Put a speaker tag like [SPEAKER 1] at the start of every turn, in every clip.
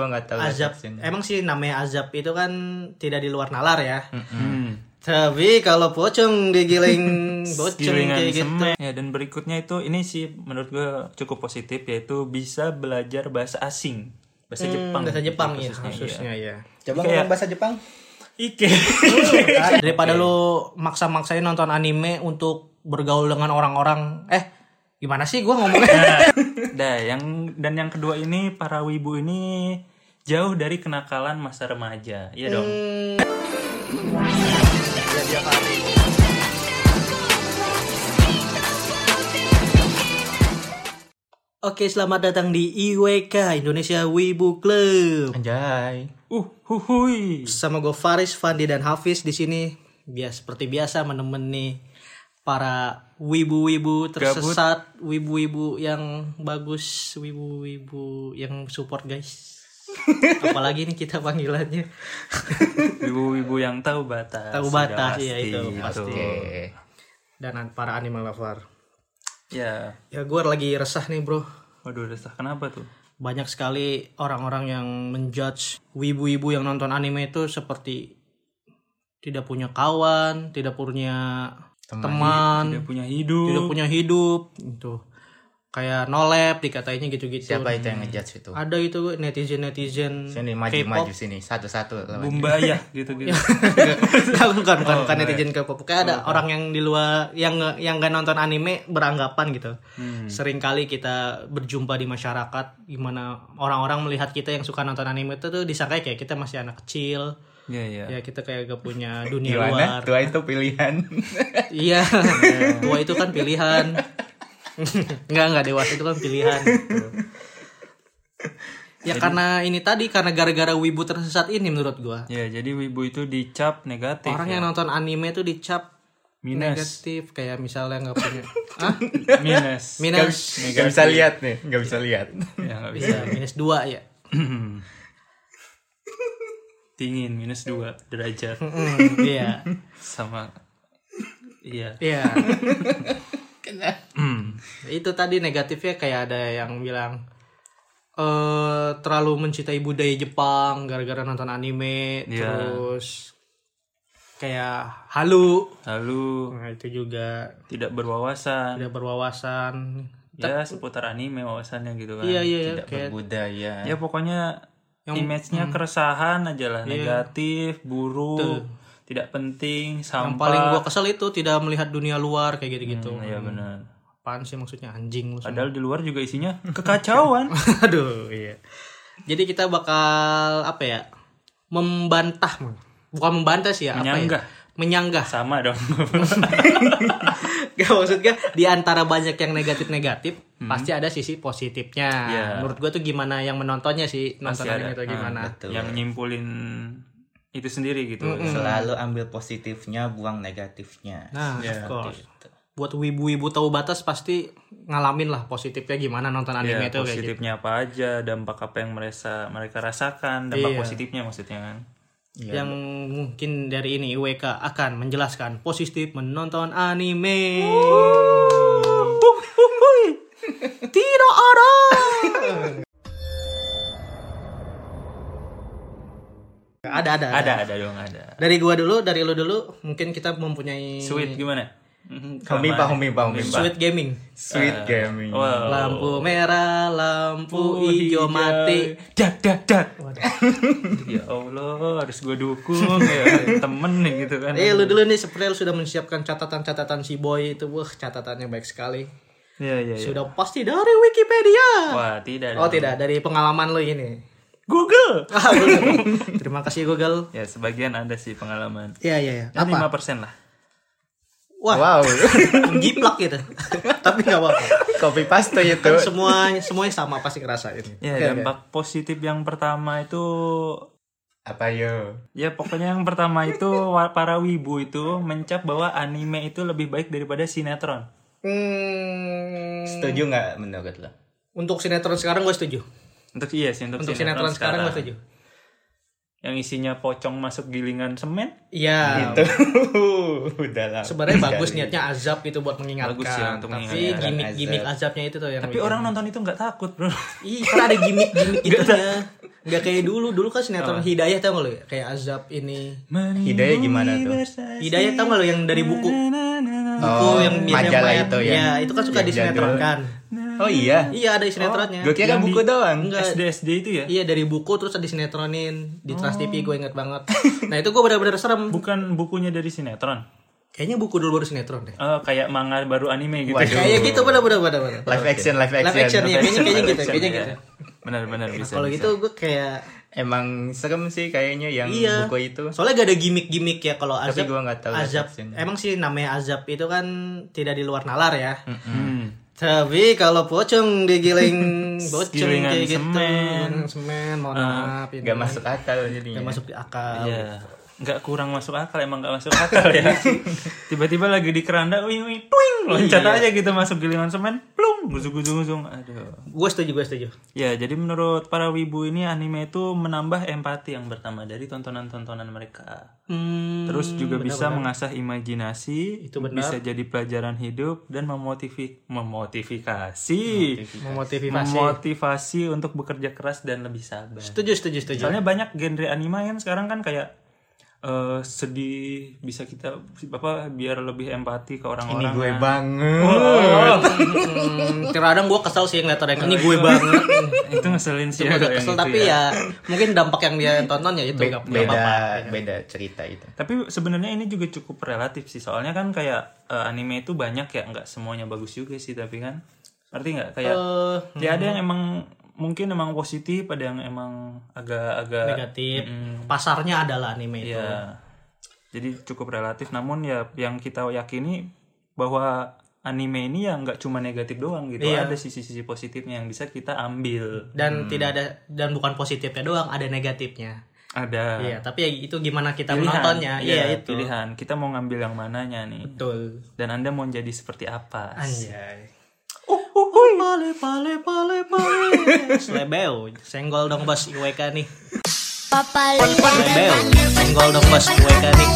[SPEAKER 1] Gua nggak tahu
[SPEAKER 2] azab
[SPEAKER 1] referensinya.
[SPEAKER 2] emang sih namanya azab itu kan tidak di luar nalar ya tapi kalau pocong digiling pocong
[SPEAKER 1] Gilingan
[SPEAKER 2] kayak gitu
[SPEAKER 1] semen. Ya, dan berikutnya itu ini sih menurut gue cukup positif yaitu bisa belajar bahasa asing bahasa Jepang
[SPEAKER 2] Hmm, bahasa Jepang ya
[SPEAKER 1] khususnya, iya.
[SPEAKER 2] khususnya ya
[SPEAKER 3] Coba
[SPEAKER 1] Kayak-
[SPEAKER 3] ngomong bahasa Jepang.
[SPEAKER 1] Ike
[SPEAKER 2] daripada lu maksa-maksain nonton anime untuk bergaul dengan orang-orang eh gimana sih gua ngomongnya
[SPEAKER 1] Nah, yang dan yang kedua ini para wibu ini jauh dari kenakalan masa remaja. Iya dong.
[SPEAKER 2] Hmm. Oke, selamat datang di IWK Indonesia Wibu Club.
[SPEAKER 3] Anjay.
[SPEAKER 1] Uh, huhui.
[SPEAKER 2] Sama gue Faris, Fandi dan Hafiz di sini. Bias seperti biasa menemani para wibu-wibu tersesat, wibu-wibu yang bagus, wibu-wibu yang support guys. Apalagi ini kita panggilannya.
[SPEAKER 1] Wibu-wibu yang tahu batas.
[SPEAKER 2] Tahu
[SPEAKER 1] Sudah
[SPEAKER 2] batas, iya, itu
[SPEAKER 1] gitu.
[SPEAKER 2] pasti. Dan para animal lover.
[SPEAKER 1] Ya.
[SPEAKER 2] Ya gue lagi resah nih bro.
[SPEAKER 1] Waduh, resah kenapa tuh?
[SPEAKER 2] Banyak sekali orang-orang yang menjudge wibu-wibu yang nonton anime itu seperti tidak punya kawan, tidak punya teman,
[SPEAKER 1] Tidak punya hidup.
[SPEAKER 2] tidak punya hidup gitu kayak nolep dikatainya gitu-gitu
[SPEAKER 3] Siapa itu yang ngejudge itu?
[SPEAKER 2] ada itu gue netizen netizen
[SPEAKER 3] Sini maju-maju sini satu-satu lawan.
[SPEAKER 1] Bumbaya gitu-gitu.
[SPEAKER 2] bukan bukan,
[SPEAKER 3] Oh,
[SPEAKER 2] bukan
[SPEAKER 3] iya.
[SPEAKER 2] netizen K-pop kayak ada orang yang di luar yang nge- yang gak nonton anime beranggapan gitu
[SPEAKER 3] Hmm.
[SPEAKER 2] sering kali kita berjumpa di masyarakat gimana orang-orang melihat kita yang suka nonton anime itu tuh disangka kayak kita masih anak kecil
[SPEAKER 1] Iya,
[SPEAKER 2] ya
[SPEAKER 1] iya.
[SPEAKER 2] kita kayak gak punya dunia
[SPEAKER 3] Gimana?
[SPEAKER 2] luar
[SPEAKER 3] Tua itu pilihan.
[SPEAKER 2] Iya, tua itu kan pilihan. Enggak, enggak dewasa itu kan pilihan. gitu. Ya karena ini tadi karena gara-gara wibu tersesat ini menurut gua.
[SPEAKER 1] Ya, jadi wibu itu dicap negatif.
[SPEAKER 2] Orang
[SPEAKER 1] ya.
[SPEAKER 2] yang nonton anime tuh dicap
[SPEAKER 1] minus,
[SPEAKER 2] negatif kayak misalnya nggak punya Hah?
[SPEAKER 1] minus.
[SPEAKER 2] minus
[SPEAKER 3] Gak bisa lihat nih, gak bisa lihat.
[SPEAKER 1] ya, nggak bisa.
[SPEAKER 2] ya, minus dua ya.
[SPEAKER 1] Dingin minus 2 derajat
[SPEAKER 2] Hmm, Iya.
[SPEAKER 1] sama Iya.
[SPEAKER 2] Iya. Hmm. Itu tadi negatifnya kayak ada yang bilang eh terlalu mencintai budaya Jepang gara-gara nonton anime
[SPEAKER 1] Iya.
[SPEAKER 2] terus kayak halu.
[SPEAKER 1] Lalu
[SPEAKER 2] Nah, itu juga
[SPEAKER 1] tidak berwawasan.
[SPEAKER 2] tidak berwawasan.
[SPEAKER 1] ya seputar anime wawasannya gitu kan
[SPEAKER 2] Iya iya iya
[SPEAKER 3] Tidak
[SPEAKER 2] kayak
[SPEAKER 3] berbudaya.
[SPEAKER 1] ya pokoknya image-nya
[SPEAKER 2] hmm.
[SPEAKER 1] keresahan aja
[SPEAKER 2] Iya.
[SPEAKER 1] lah negatif buruk tidak penting
[SPEAKER 2] yang
[SPEAKER 1] sampah
[SPEAKER 2] paling gua Hmm. kesel itu tidak melihat dunia luar kayak gitu-gitu.
[SPEAKER 1] ya benar
[SPEAKER 2] Apaan sih maksudnya anjing lu semua.
[SPEAKER 1] padahal di luar juga isinya kekacauan
[SPEAKER 2] Aduh, iya. Jadi kita bakal apa ya? Membantah, bukan membantah sih ya,
[SPEAKER 1] Menyanggah.
[SPEAKER 2] apa ya? Menyanggah.
[SPEAKER 1] sama dong
[SPEAKER 2] Gak maksudnya di antara banyak yang negatif-negatif, pasti ada sisi positifnya.
[SPEAKER 1] Hmm. Iya.
[SPEAKER 2] Menurut gua tuh gimana yang menontonnya sih, nonton
[SPEAKER 1] Pasti ada.
[SPEAKER 2] anime itu gimana.
[SPEAKER 1] Nah,
[SPEAKER 2] Hmm,
[SPEAKER 1] yang nyimpulin itu sendiri gitu
[SPEAKER 3] Selalu ambil positifnya, buang negatifnya.
[SPEAKER 2] Nah, of course. Buat wibu-wibu tahu batas pasti ngalamin lah positifnya gimana nonton anime
[SPEAKER 1] Ya,
[SPEAKER 2] itu kayak gitu.
[SPEAKER 1] positifnya apa aja dampak apa yang mereka mereka rasakan
[SPEAKER 2] Iya.
[SPEAKER 1] dampak positifnya maksudnya kan
[SPEAKER 2] gitu.
[SPEAKER 3] Ya.
[SPEAKER 2] yang mungkin dari ini IWK akan menjelaskan positif menonton anime. Tidak ada. ada ada ada.
[SPEAKER 1] ada ada dong ada
[SPEAKER 2] Dari gua dulu, dari lu dulu, mungkin kita mempunyai
[SPEAKER 1] sweet gimana
[SPEAKER 3] Homipa, homipa, homipa.
[SPEAKER 2] Sweet uh, gaming.
[SPEAKER 3] Sweet gaming.
[SPEAKER 1] wow
[SPEAKER 2] Lampu merah,
[SPEAKER 1] Oh,
[SPEAKER 2] lampu
[SPEAKER 1] iya.
[SPEAKER 2] hijau mati.
[SPEAKER 1] Dak dak dak. ya Allah, harus gue dukung ya temen nih gitu kan.
[SPEAKER 2] Eh lu dulu nih sepertinya lu sudah menyiapkan catatan-catatan si boy itu. Wah, catatannya baik sekali.
[SPEAKER 1] Iya iya. iya.
[SPEAKER 2] Sudah pasti dari Wikipedia.
[SPEAKER 1] Wah tidak.
[SPEAKER 2] Oh tidak, dari pengalaman lu ini.
[SPEAKER 1] Google.
[SPEAKER 2] Ah, Google. Terima kasih Google.
[SPEAKER 1] Ya sebagian ada sih pengalaman.
[SPEAKER 2] Iya iya iya.
[SPEAKER 1] Ya,
[SPEAKER 2] Apa?
[SPEAKER 1] 5% lah.
[SPEAKER 2] Wah,
[SPEAKER 3] Wow,
[SPEAKER 2] jiplak gitu. Tapi nggak apa-apa.
[SPEAKER 3] copy paste itu.
[SPEAKER 2] Kan semuanya semuanya sama pasti ngerasain. Oke,
[SPEAKER 1] Ya
[SPEAKER 2] oke.
[SPEAKER 1] dampak positif yang pertama itu
[SPEAKER 3] Apa yo?
[SPEAKER 1] ya pokoknya yang pertama itu wa- para wibu itu mencap bahwa anime itu lebih baik daripada sinetron.
[SPEAKER 2] Hmm,
[SPEAKER 3] Setuju nggak menurut lo?
[SPEAKER 2] untuk sinetron sekarang gue setuju.
[SPEAKER 1] Untuk iya sih untuk,
[SPEAKER 2] Untuk sinetron, sekarang gue setuju.
[SPEAKER 1] yang isinya pocong masuk gilingan semen
[SPEAKER 2] Iya.
[SPEAKER 1] Gitu.
[SPEAKER 3] Udah lah.
[SPEAKER 2] Sebenarnya bagus niatnya azab gitu buat mengingatkan.
[SPEAKER 1] Iya, Bagus ya, untuk
[SPEAKER 2] Tapi
[SPEAKER 1] mengingatkan
[SPEAKER 2] gimmick-gimmick azabnya itu
[SPEAKER 3] Oh,
[SPEAKER 2] tuh yang
[SPEAKER 1] tapi
[SPEAKER 3] iya.
[SPEAKER 2] bikin-
[SPEAKER 1] orang nonton itu nggak takut bro
[SPEAKER 2] Ih, kan ada gimmick-gimmick itunya. Enggak ya. kayak dulu. Dulu kan sinetron Hidayah tau gak lo ya? Kayak azab ini.
[SPEAKER 3] Hidayah gimana tuh?
[SPEAKER 2] Hidayah tau gak lo yang dari buku? Buku
[SPEAKER 3] Oh,
[SPEAKER 2] yang biasanya
[SPEAKER 3] majalah
[SPEAKER 2] mayat.
[SPEAKER 3] itu ya.
[SPEAKER 2] Iya, itu kan suka
[SPEAKER 3] Yang
[SPEAKER 2] disinetronkan.
[SPEAKER 3] Oh iya.
[SPEAKER 2] Iya, ada sinetronnya.
[SPEAKER 3] Gue kira
[SPEAKER 1] Yang
[SPEAKER 3] buku
[SPEAKER 1] di-
[SPEAKER 3] doang.
[SPEAKER 2] Enggak.
[SPEAKER 1] SD SD itu ya
[SPEAKER 2] Iya dari buku terus ada sinetronin di Trans TV gue inget banget. Nah itu gue benar-benar serem.
[SPEAKER 1] bukan bukunya dari sinetron
[SPEAKER 2] Kayaknya buku dulu baru sinetron deh.
[SPEAKER 1] Eh, kayak manga baru anime gitu
[SPEAKER 3] Waduh.
[SPEAKER 2] Kayak gitu benar-benar benar-benar.
[SPEAKER 3] Live action, live action.
[SPEAKER 2] Live action ya, kayaknya kayaknya gitu,
[SPEAKER 1] Action,
[SPEAKER 2] kayaknya
[SPEAKER 1] iya.
[SPEAKER 2] gitu.
[SPEAKER 1] benar-benar bisa
[SPEAKER 2] Kalau
[SPEAKER 1] bisa.
[SPEAKER 2] gitu gue kayak
[SPEAKER 3] Emang serem sih kayaknya yang
[SPEAKER 2] Iya.
[SPEAKER 3] buku itu.
[SPEAKER 2] Soalnya gak ada gimmick-gimmick ya kalau azab.
[SPEAKER 3] gua nggak tahu
[SPEAKER 2] azab.
[SPEAKER 3] reaksinya.
[SPEAKER 2] Emang sih namanya azab itu kan tidak di luar nalar ya.
[SPEAKER 1] Hmm.
[SPEAKER 2] Tapi kalau pocong digiling bocong
[SPEAKER 1] Gilingan
[SPEAKER 2] kayak gitu,
[SPEAKER 1] semen.
[SPEAKER 2] gilingan semen, mohon maaf. ini.
[SPEAKER 3] Gak masuk ya. akal jadinya.
[SPEAKER 2] Nggak masuk di akal.
[SPEAKER 1] Iya. Nggak kurang masuk akal emang nggak masuk akal ya. Tiba-tiba lagi di keranda, wih wih, tuing, loncat
[SPEAKER 2] Iya.
[SPEAKER 1] aja gitu masuk gilingan semen, plung, gusung gusung gusung. Aduh.
[SPEAKER 2] Gue setuju, gue setuju.
[SPEAKER 1] Ya, jadi menurut para wibu ini anime itu menambah empati yang pertama dari tontonan-tontonan mereka.
[SPEAKER 2] Hmm,
[SPEAKER 1] Terus juga bisa mengasah imajinasi,
[SPEAKER 2] Itu benar.
[SPEAKER 1] bisa jadi pelajaran hidup dan memotivi memotifikasi,
[SPEAKER 2] memotivasi.
[SPEAKER 1] memotivasi untuk bekerja keras dan lebih sabar.
[SPEAKER 2] Setuju, setuju, setuju.
[SPEAKER 1] Soalnya banyak genre anime kan sekarang kan kayak eh, sedih bisa kita apa biar lebih empati ke
[SPEAKER 3] Ini
[SPEAKER 1] orang-orang. Iya.
[SPEAKER 3] gue banget.
[SPEAKER 2] Oh, Hmm, kadang gue kesel sih ngeliat orang yang ini gue banget.
[SPEAKER 1] Itu ngeselin sih
[SPEAKER 2] Gue
[SPEAKER 1] ya
[SPEAKER 2] agak
[SPEAKER 1] kalau yang
[SPEAKER 2] kesel
[SPEAKER 1] itu
[SPEAKER 2] tapi
[SPEAKER 1] ya.
[SPEAKER 2] ya. mungkin dampak yang dia tonton ya itu nggak nggak
[SPEAKER 3] beda
[SPEAKER 2] apa-apa.
[SPEAKER 3] beda cerita itu.
[SPEAKER 1] Tapi sebenarnya ini juga cukup relatif sih. Soalnya kan kayak eh, anime itu banyak ya nggak semuanya bagus juga sih tapi kan. Ngerti nggak kayak
[SPEAKER 2] Eh,
[SPEAKER 1] ya ada yang emang mungkin emang positif, ada yang emang agak-agak
[SPEAKER 2] negatif. Pasarnya adalah anime itu.
[SPEAKER 1] Ya, jadi cukup relatif. Namun ya yang kita yakini bahwa anime ini ya nggak cuma negatif doang gitu.
[SPEAKER 2] Iya.
[SPEAKER 1] Ada sisi-sisi positifnya yang bisa kita ambil.
[SPEAKER 2] Dan tidak ada dan bukan positifnya doang, ada negatifnya.
[SPEAKER 1] Ada
[SPEAKER 2] Iya, tapi ya itu gimana kita
[SPEAKER 1] pilihan.
[SPEAKER 2] menontonnya.
[SPEAKER 1] Iya,
[SPEAKER 2] Iya, itu.
[SPEAKER 1] pilihan. Kita mau ngambil yang mananya nih.
[SPEAKER 2] Betul.
[SPEAKER 1] Dan Anda mau jadi seperti apa?
[SPEAKER 2] Anjay. Oh,
[SPEAKER 1] Uh, uh, uh.
[SPEAKER 2] Pale pale pale pale. Slebeo, senggol dong bos IWK nih. Slebeo, senggol dong bos IWK nih.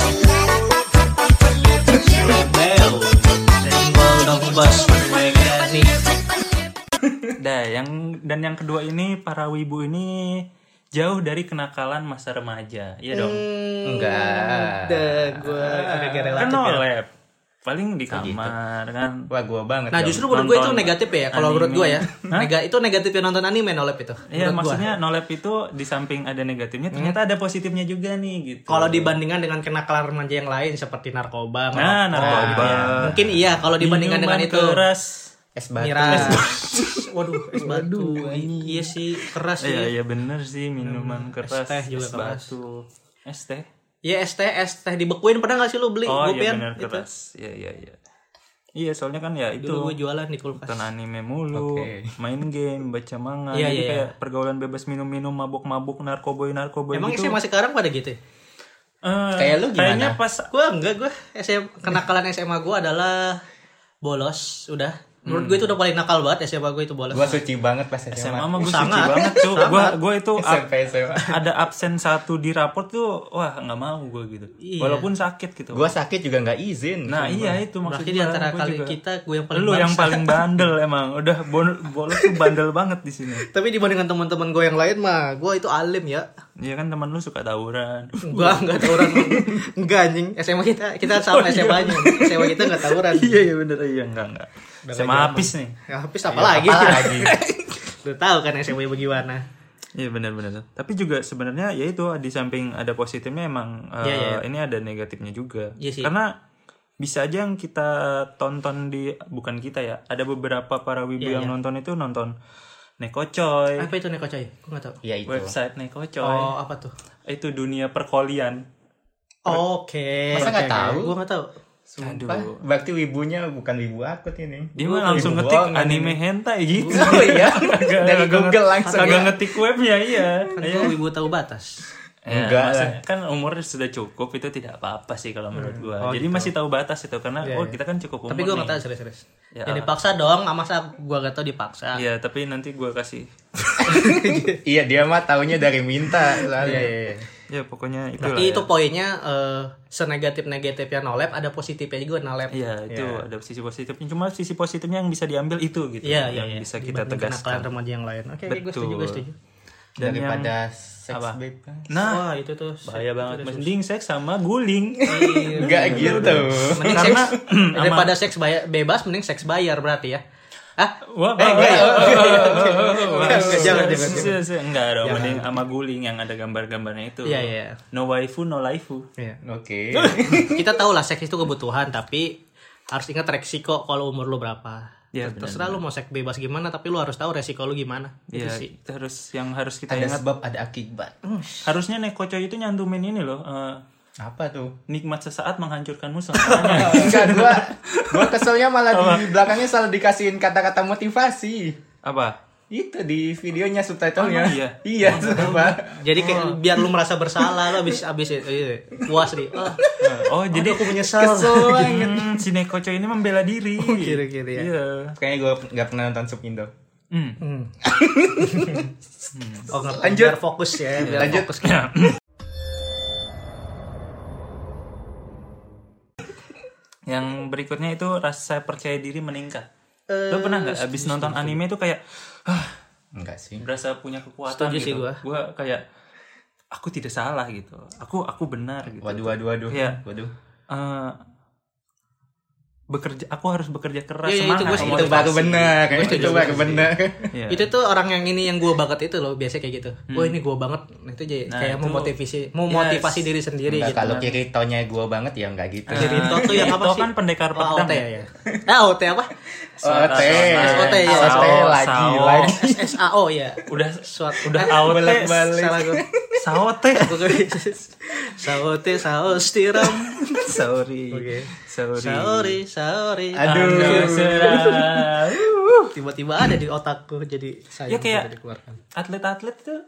[SPEAKER 2] Slebeo, senggol dong bos IWK nih.
[SPEAKER 1] Dah, yang dan yang kedua ini para wibu ini jauh dari kenakalan masa remaja. Iya dong.
[SPEAKER 2] Eh,
[SPEAKER 3] Enggak.
[SPEAKER 2] Udah, gue agak
[SPEAKER 1] Kan nolep. Paling di kamar kan.
[SPEAKER 3] Wah gue banget.
[SPEAKER 2] Nah
[SPEAKER 3] dong.
[SPEAKER 2] justru menurut gue itu
[SPEAKER 1] Nonton
[SPEAKER 2] negatif ya Kalau menurut gue ya Nega, Itu negatifnya nonton anime nolep itu
[SPEAKER 1] Iya
[SPEAKER 2] menurut gua. Hmm.
[SPEAKER 1] maksudnya no lab itu di samping ada negatifnya ternyata ada positifnya juga nih gitu.
[SPEAKER 2] Kalau dibandingkan dengan kenakalan remaja yang lain Seperti narkoba
[SPEAKER 1] nah,
[SPEAKER 2] ngerokok,
[SPEAKER 1] narkoba.
[SPEAKER 2] Mungkin iya kalau dibandingkan dengan
[SPEAKER 1] Minuman
[SPEAKER 2] itu
[SPEAKER 1] keras.
[SPEAKER 3] es batu.
[SPEAKER 2] Miras Waduh es batu Iya sih keras
[SPEAKER 1] Iya
[SPEAKER 2] sih
[SPEAKER 1] iya bener sih minuman
[SPEAKER 2] Hmm,
[SPEAKER 1] keras.
[SPEAKER 2] teh juga
[SPEAKER 1] es
[SPEAKER 2] keras.
[SPEAKER 1] batu. Es teh.
[SPEAKER 2] Ya es teh es teh dibekuin pernah gak sih lu beli
[SPEAKER 1] Oh
[SPEAKER 2] Gua
[SPEAKER 1] iya
[SPEAKER 2] pian.
[SPEAKER 1] bener
[SPEAKER 2] Itu.
[SPEAKER 1] keras. Iya iya iya. Iya soalnya kan ya itu
[SPEAKER 2] Dulu gue jualan di kulkas
[SPEAKER 1] nonton anime mulu,
[SPEAKER 3] Oke.
[SPEAKER 1] main game, baca manga,
[SPEAKER 2] Iya,
[SPEAKER 1] jadi
[SPEAKER 2] iya,
[SPEAKER 1] kayak pergaulan bebas minum-minum, mabuk-mabuk, narkoboy narkoboy
[SPEAKER 2] Emang
[SPEAKER 1] gitu.
[SPEAKER 2] SMA sekarang pada gitu ya?
[SPEAKER 1] Eh,
[SPEAKER 3] Kayak lu gimana?
[SPEAKER 1] Kayaknya pas
[SPEAKER 2] Gue enggak gue SM, Kenakalan SMA gue adalah Bolos Udah Menurut gue itu udah paling nakal banget SMA gue itu bolos
[SPEAKER 3] Gue suci banget pas SMA.
[SPEAKER 1] SMA mah gue
[SPEAKER 2] Sama.
[SPEAKER 1] suci banget tuh. Gue gue itu
[SPEAKER 3] SMP SMA.
[SPEAKER 1] ada absen satu di raport tuh wah nggak mau gue gitu
[SPEAKER 2] Iya.
[SPEAKER 1] walaupun sakit gitu
[SPEAKER 3] Gue sakit juga nggak izin.
[SPEAKER 1] nah iya itu maksudnya
[SPEAKER 2] Berarti di antara kali kita gue yang paling
[SPEAKER 1] lu yang
[SPEAKER 2] bangsa.
[SPEAKER 1] paling bandel emang udah bon- bolos tuh bandel banget di sini
[SPEAKER 2] Tapi dibandingkan teman-teman gue yang lain mah gue itu alim ya.
[SPEAKER 1] Iya kan teman lu suka tawuran
[SPEAKER 2] Enggak, enggak tawuran. Enggak anjing. SMA kita kita
[SPEAKER 1] Oh,
[SPEAKER 2] sama SMA-nya. SMA kita enggak tawuran.
[SPEAKER 1] iya iya bener iya enggak enggak SMA habis nih
[SPEAKER 2] Ya, habis apa lagi?
[SPEAKER 3] Apa lagi?
[SPEAKER 2] Udah tahu kan SMA bagaimana.
[SPEAKER 1] Iya benar-benar. Tapi juga sebenarnya ya itu di samping ada positifnya emang
[SPEAKER 2] Iya,
[SPEAKER 1] eh,
[SPEAKER 2] iya.
[SPEAKER 1] ini ada negatifnya juga.
[SPEAKER 2] Iya sih.
[SPEAKER 1] Karena bisa aja yang kita tonton di bukan kita ya. Ada beberapa para wibu
[SPEAKER 2] Iya,
[SPEAKER 1] yang nonton itu nonton Neko Coy,
[SPEAKER 2] Apa itu Neko Coy? Gue enggak tahu.
[SPEAKER 3] Iya itu.
[SPEAKER 1] website Neko Coy.
[SPEAKER 2] Oh, apa tuh?
[SPEAKER 1] Itu dunia perkolian.
[SPEAKER 2] Oke.
[SPEAKER 3] Masa nggak
[SPEAKER 2] Oke,
[SPEAKER 3] tahu?
[SPEAKER 2] Gue enggak tahu.
[SPEAKER 3] Sumpah. Berarti wibunya bukan wibu akut ini.
[SPEAKER 1] Dia mah langsung
[SPEAKER 3] wibu
[SPEAKER 1] ngetik
[SPEAKER 3] bohongan
[SPEAKER 1] anime hentai gitu.
[SPEAKER 3] Oh iya. Dari
[SPEAKER 1] Kagak-
[SPEAKER 3] Google langsung.
[SPEAKER 1] Kagak
[SPEAKER 3] ya.
[SPEAKER 1] ngetik webnya iya.
[SPEAKER 2] Kan gue wibu tahu batas.
[SPEAKER 1] Ya,
[SPEAKER 3] Enggak
[SPEAKER 1] maksud- kan umurnya sudah cukup itu tidak apa-apa sih kalau menurut
[SPEAKER 2] Hmm.
[SPEAKER 1] gua.
[SPEAKER 2] Oh,
[SPEAKER 1] Jadi masih tahu batas itu karena oh kita kan
[SPEAKER 2] gitu. Iya,
[SPEAKER 1] cukup umur.
[SPEAKER 2] Tapi gue
[SPEAKER 1] nih.
[SPEAKER 2] enggak tahu serius-serius.
[SPEAKER 1] Ya.
[SPEAKER 2] Jadi dipaksa dong, ah, masa gue enggak tahu dipaksa.
[SPEAKER 1] Iya, tapi nanti gua kasih.
[SPEAKER 3] Iya dia mah taunya dari minta. soalnya.
[SPEAKER 1] ya pokoknya itulah
[SPEAKER 2] Tapi
[SPEAKER 1] ya.
[SPEAKER 2] Nah, itu poinnya eh, senegatif negatifnya nolep ada positifnya juga nolep.
[SPEAKER 1] Iya, itu ada sisi positifnya. Cuma sisi positifnya yang bisa diambil itu gitu.
[SPEAKER 2] Iya iya
[SPEAKER 1] yang
[SPEAKER 2] iya.
[SPEAKER 1] bisa kita
[SPEAKER 2] Dibandingkan
[SPEAKER 1] tegaskan.
[SPEAKER 2] akal remaja yang lain. Oke, oke, gue setuju gue
[SPEAKER 1] Betul.
[SPEAKER 2] setuju.
[SPEAKER 1] Dan yang-
[SPEAKER 3] daripada sex
[SPEAKER 1] apa?
[SPEAKER 3] babe kan?
[SPEAKER 1] Nah,
[SPEAKER 2] Wah Ah, iya. itu tuh
[SPEAKER 1] bahaya banget. Mending seks sama guling.
[SPEAKER 2] Eh,
[SPEAKER 3] Enggak gitu.
[SPEAKER 2] Mending seks
[SPEAKER 1] Karena-
[SPEAKER 2] daripada seks bayar, bebas mending seks bayar berarti ya. Ah,
[SPEAKER 1] Wah,
[SPEAKER 3] enggak.
[SPEAKER 2] eh,
[SPEAKER 1] jangan
[SPEAKER 3] Jangan,
[SPEAKER 1] jangan.
[SPEAKER 3] jangan,
[SPEAKER 1] Iya, Enggak dong, mending sama guling yang ada gambar-gambarnya itu.
[SPEAKER 2] Iya, iya.
[SPEAKER 1] No waifu, no laifu.
[SPEAKER 2] iya.
[SPEAKER 3] Oke.
[SPEAKER 2] Kita tahu lah seks itu kebutuhan tapi harus ingat resiko kalau umur lu berapa.
[SPEAKER 1] Iya,
[SPEAKER 2] Terserah lu mau seks bebas gimana tapi lu harus tahu resiko lu gimana. Itu
[SPEAKER 1] Iya,
[SPEAKER 2] sih.
[SPEAKER 1] itu harus yang harus kita
[SPEAKER 3] Ada
[SPEAKER 1] ingat.
[SPEAKER 3] sebab ada akibat.
[SPEAKER 1] Harusnya Nekoco itu nyantumin ini loh. eh,
[SPEAKER 3] Apa tuh?
[SPEAKER 1] nikmat sesaat menghancurkanmu selamanya.
[SPEAKER 3] Enggak, gua gua keselnya malah di belakangnya selalu dikasihin kata-kata motivasi.
[SPEAKER 1] Apa?
[SPEAKER 3] Itu di videonya subtitlenya.
[SPEAKER 1] Oh, iya?
[SPEAKER 3] iya, sumpah.
[SPEAKER 2] Jadi kayak
[SPEAKER 1] Oh.
[SPEAKER 2] biar lu merasa bersalah lu abis abis eh, puas nih. Ah,
[SPEAKER 1] Oh, jadi
[SPEAKER 2] aku menyesal.
[SPEAKER 1] Hmm, si Nekoco ini membela diri.
[SPEAKER 2] kira-kira ya.
[SPEAKER 1] Iya.
[SPEAKER 3] Kayaknya gue nggak pernah nonton Supindo.
[SPEAKER 1] Hmm.
[SPEAKER 2] Oh, nggak-
[SPEAKER 3] Lanjut.
[SPEAKER 2] biar fokus ya, biar
[SPEAKER 3] Lanjut.
[SPEAKER 2] fokus.
[SPEAKER 1] Yang berikutnya itu rasa percaya diri meningkat.
[SPEAKER 2] Eh,
[SPEAKER 1] Lo pernah nggak abis nonton anime itu kayak "Hah,
[SPEAKER 3] Enggak sih.
[SPEAKER 1] berasa punya kekuatan
[SPEAKER 2] Setuju
[SPEAKER 1] gitu.
[SPEAKER 2] sih gua.
[SPEAKER 1] Gua kayak aku tidak salah gitu. Aku aku benar gitu.
[SPEAKER 3] Waduh, waduh, waduh.
[SPEAKER 1] Iya.
[SPEAKER 3] Waduh.
[SPEAKER 1] Eh, bekerja aku harus bekerja keras
[SPEAKER 2] Iya, iya, itu
[SPEAKER 1] semangat.
[SPEAKER 2] gua sih,
[SPEAKER 1] semangat.
[SPEAKER 3] Itu baru bener. Itu baru bener.
[SPEAKER 1] Iya.
[SPEAKER 2] Itu tuh orang yang ini yang gua banget itu loh, biasanya kayak gitu. Wah, ini gua banget. Nah, itu jadi
[SPEAKER 1] Nah,
[SPEAKER 2] kayak
[SPEAKER 1] itu-
[SPEAKER 2] memotivasi memotivasi
[SPEAKER 1] Yes.
[SPEAKER 2] diri sendiri
[SPEAKER 3] Enggak,
[SPEAKER 2] gitu.
[SPEAKER 3] kalau
[SPEAKER 1] kan.
[SPEAKER 3] Kiritonya gue banget ya enggak gitu.
[SPEAKER 1] Nah,
[SPEAKER 2] Jadi itu tuh yang apa
[SPEAKER 1] Kirito
[SPEAKER 2] sih?
[SPEAKER 1] kan pendekar
[SPEAKER 2] Oh,
[SPEAKER 1] pedang
[SPEAKER 2] AOT
[SPEAKER 1] ya?
[SPEAKER 2] ya. ya. Ah, AOT apa?
[SPEAKER 3] OT.
[SPEAKER 2] OT, iya.
[SPEAKER 3] OT lagi,
[SPEAKER 1] Sao.
[SPEAKER 3] lagi.
[SPEAKER 2] SSAO ya.
[SPEAKER 1] Udah
[SPEAKER 2] Suat
[SPEAKER 1] udah
[SPEAKER 2] Eh,
[SPEAKER 1] AOT.
[SPEAKER 3] bolak-balik.
[SPEAKER 2] Salah gua.
[SPEAKER 1] Saote.
[SPEAKER 2] Gua- Saote saos tiram.
[SPEAKER 1] Sorry.
[SPEAKER 2] Oke.
[SPEAKER 1] Sorry.
[SPEAKER 2] Saori, saori. Ah,
[SPEAKER 3] Aduh.
[SPEAKER 1] Anda sudah.
[SPEAKER 2] Tiba-tiba ada di otakku jadi saya
[SPEAKER 1] Ya, kayak-
[SPEAKER 2] tidak dikeluarkan.
[SPEAKER 1] Atlet-atlet tuh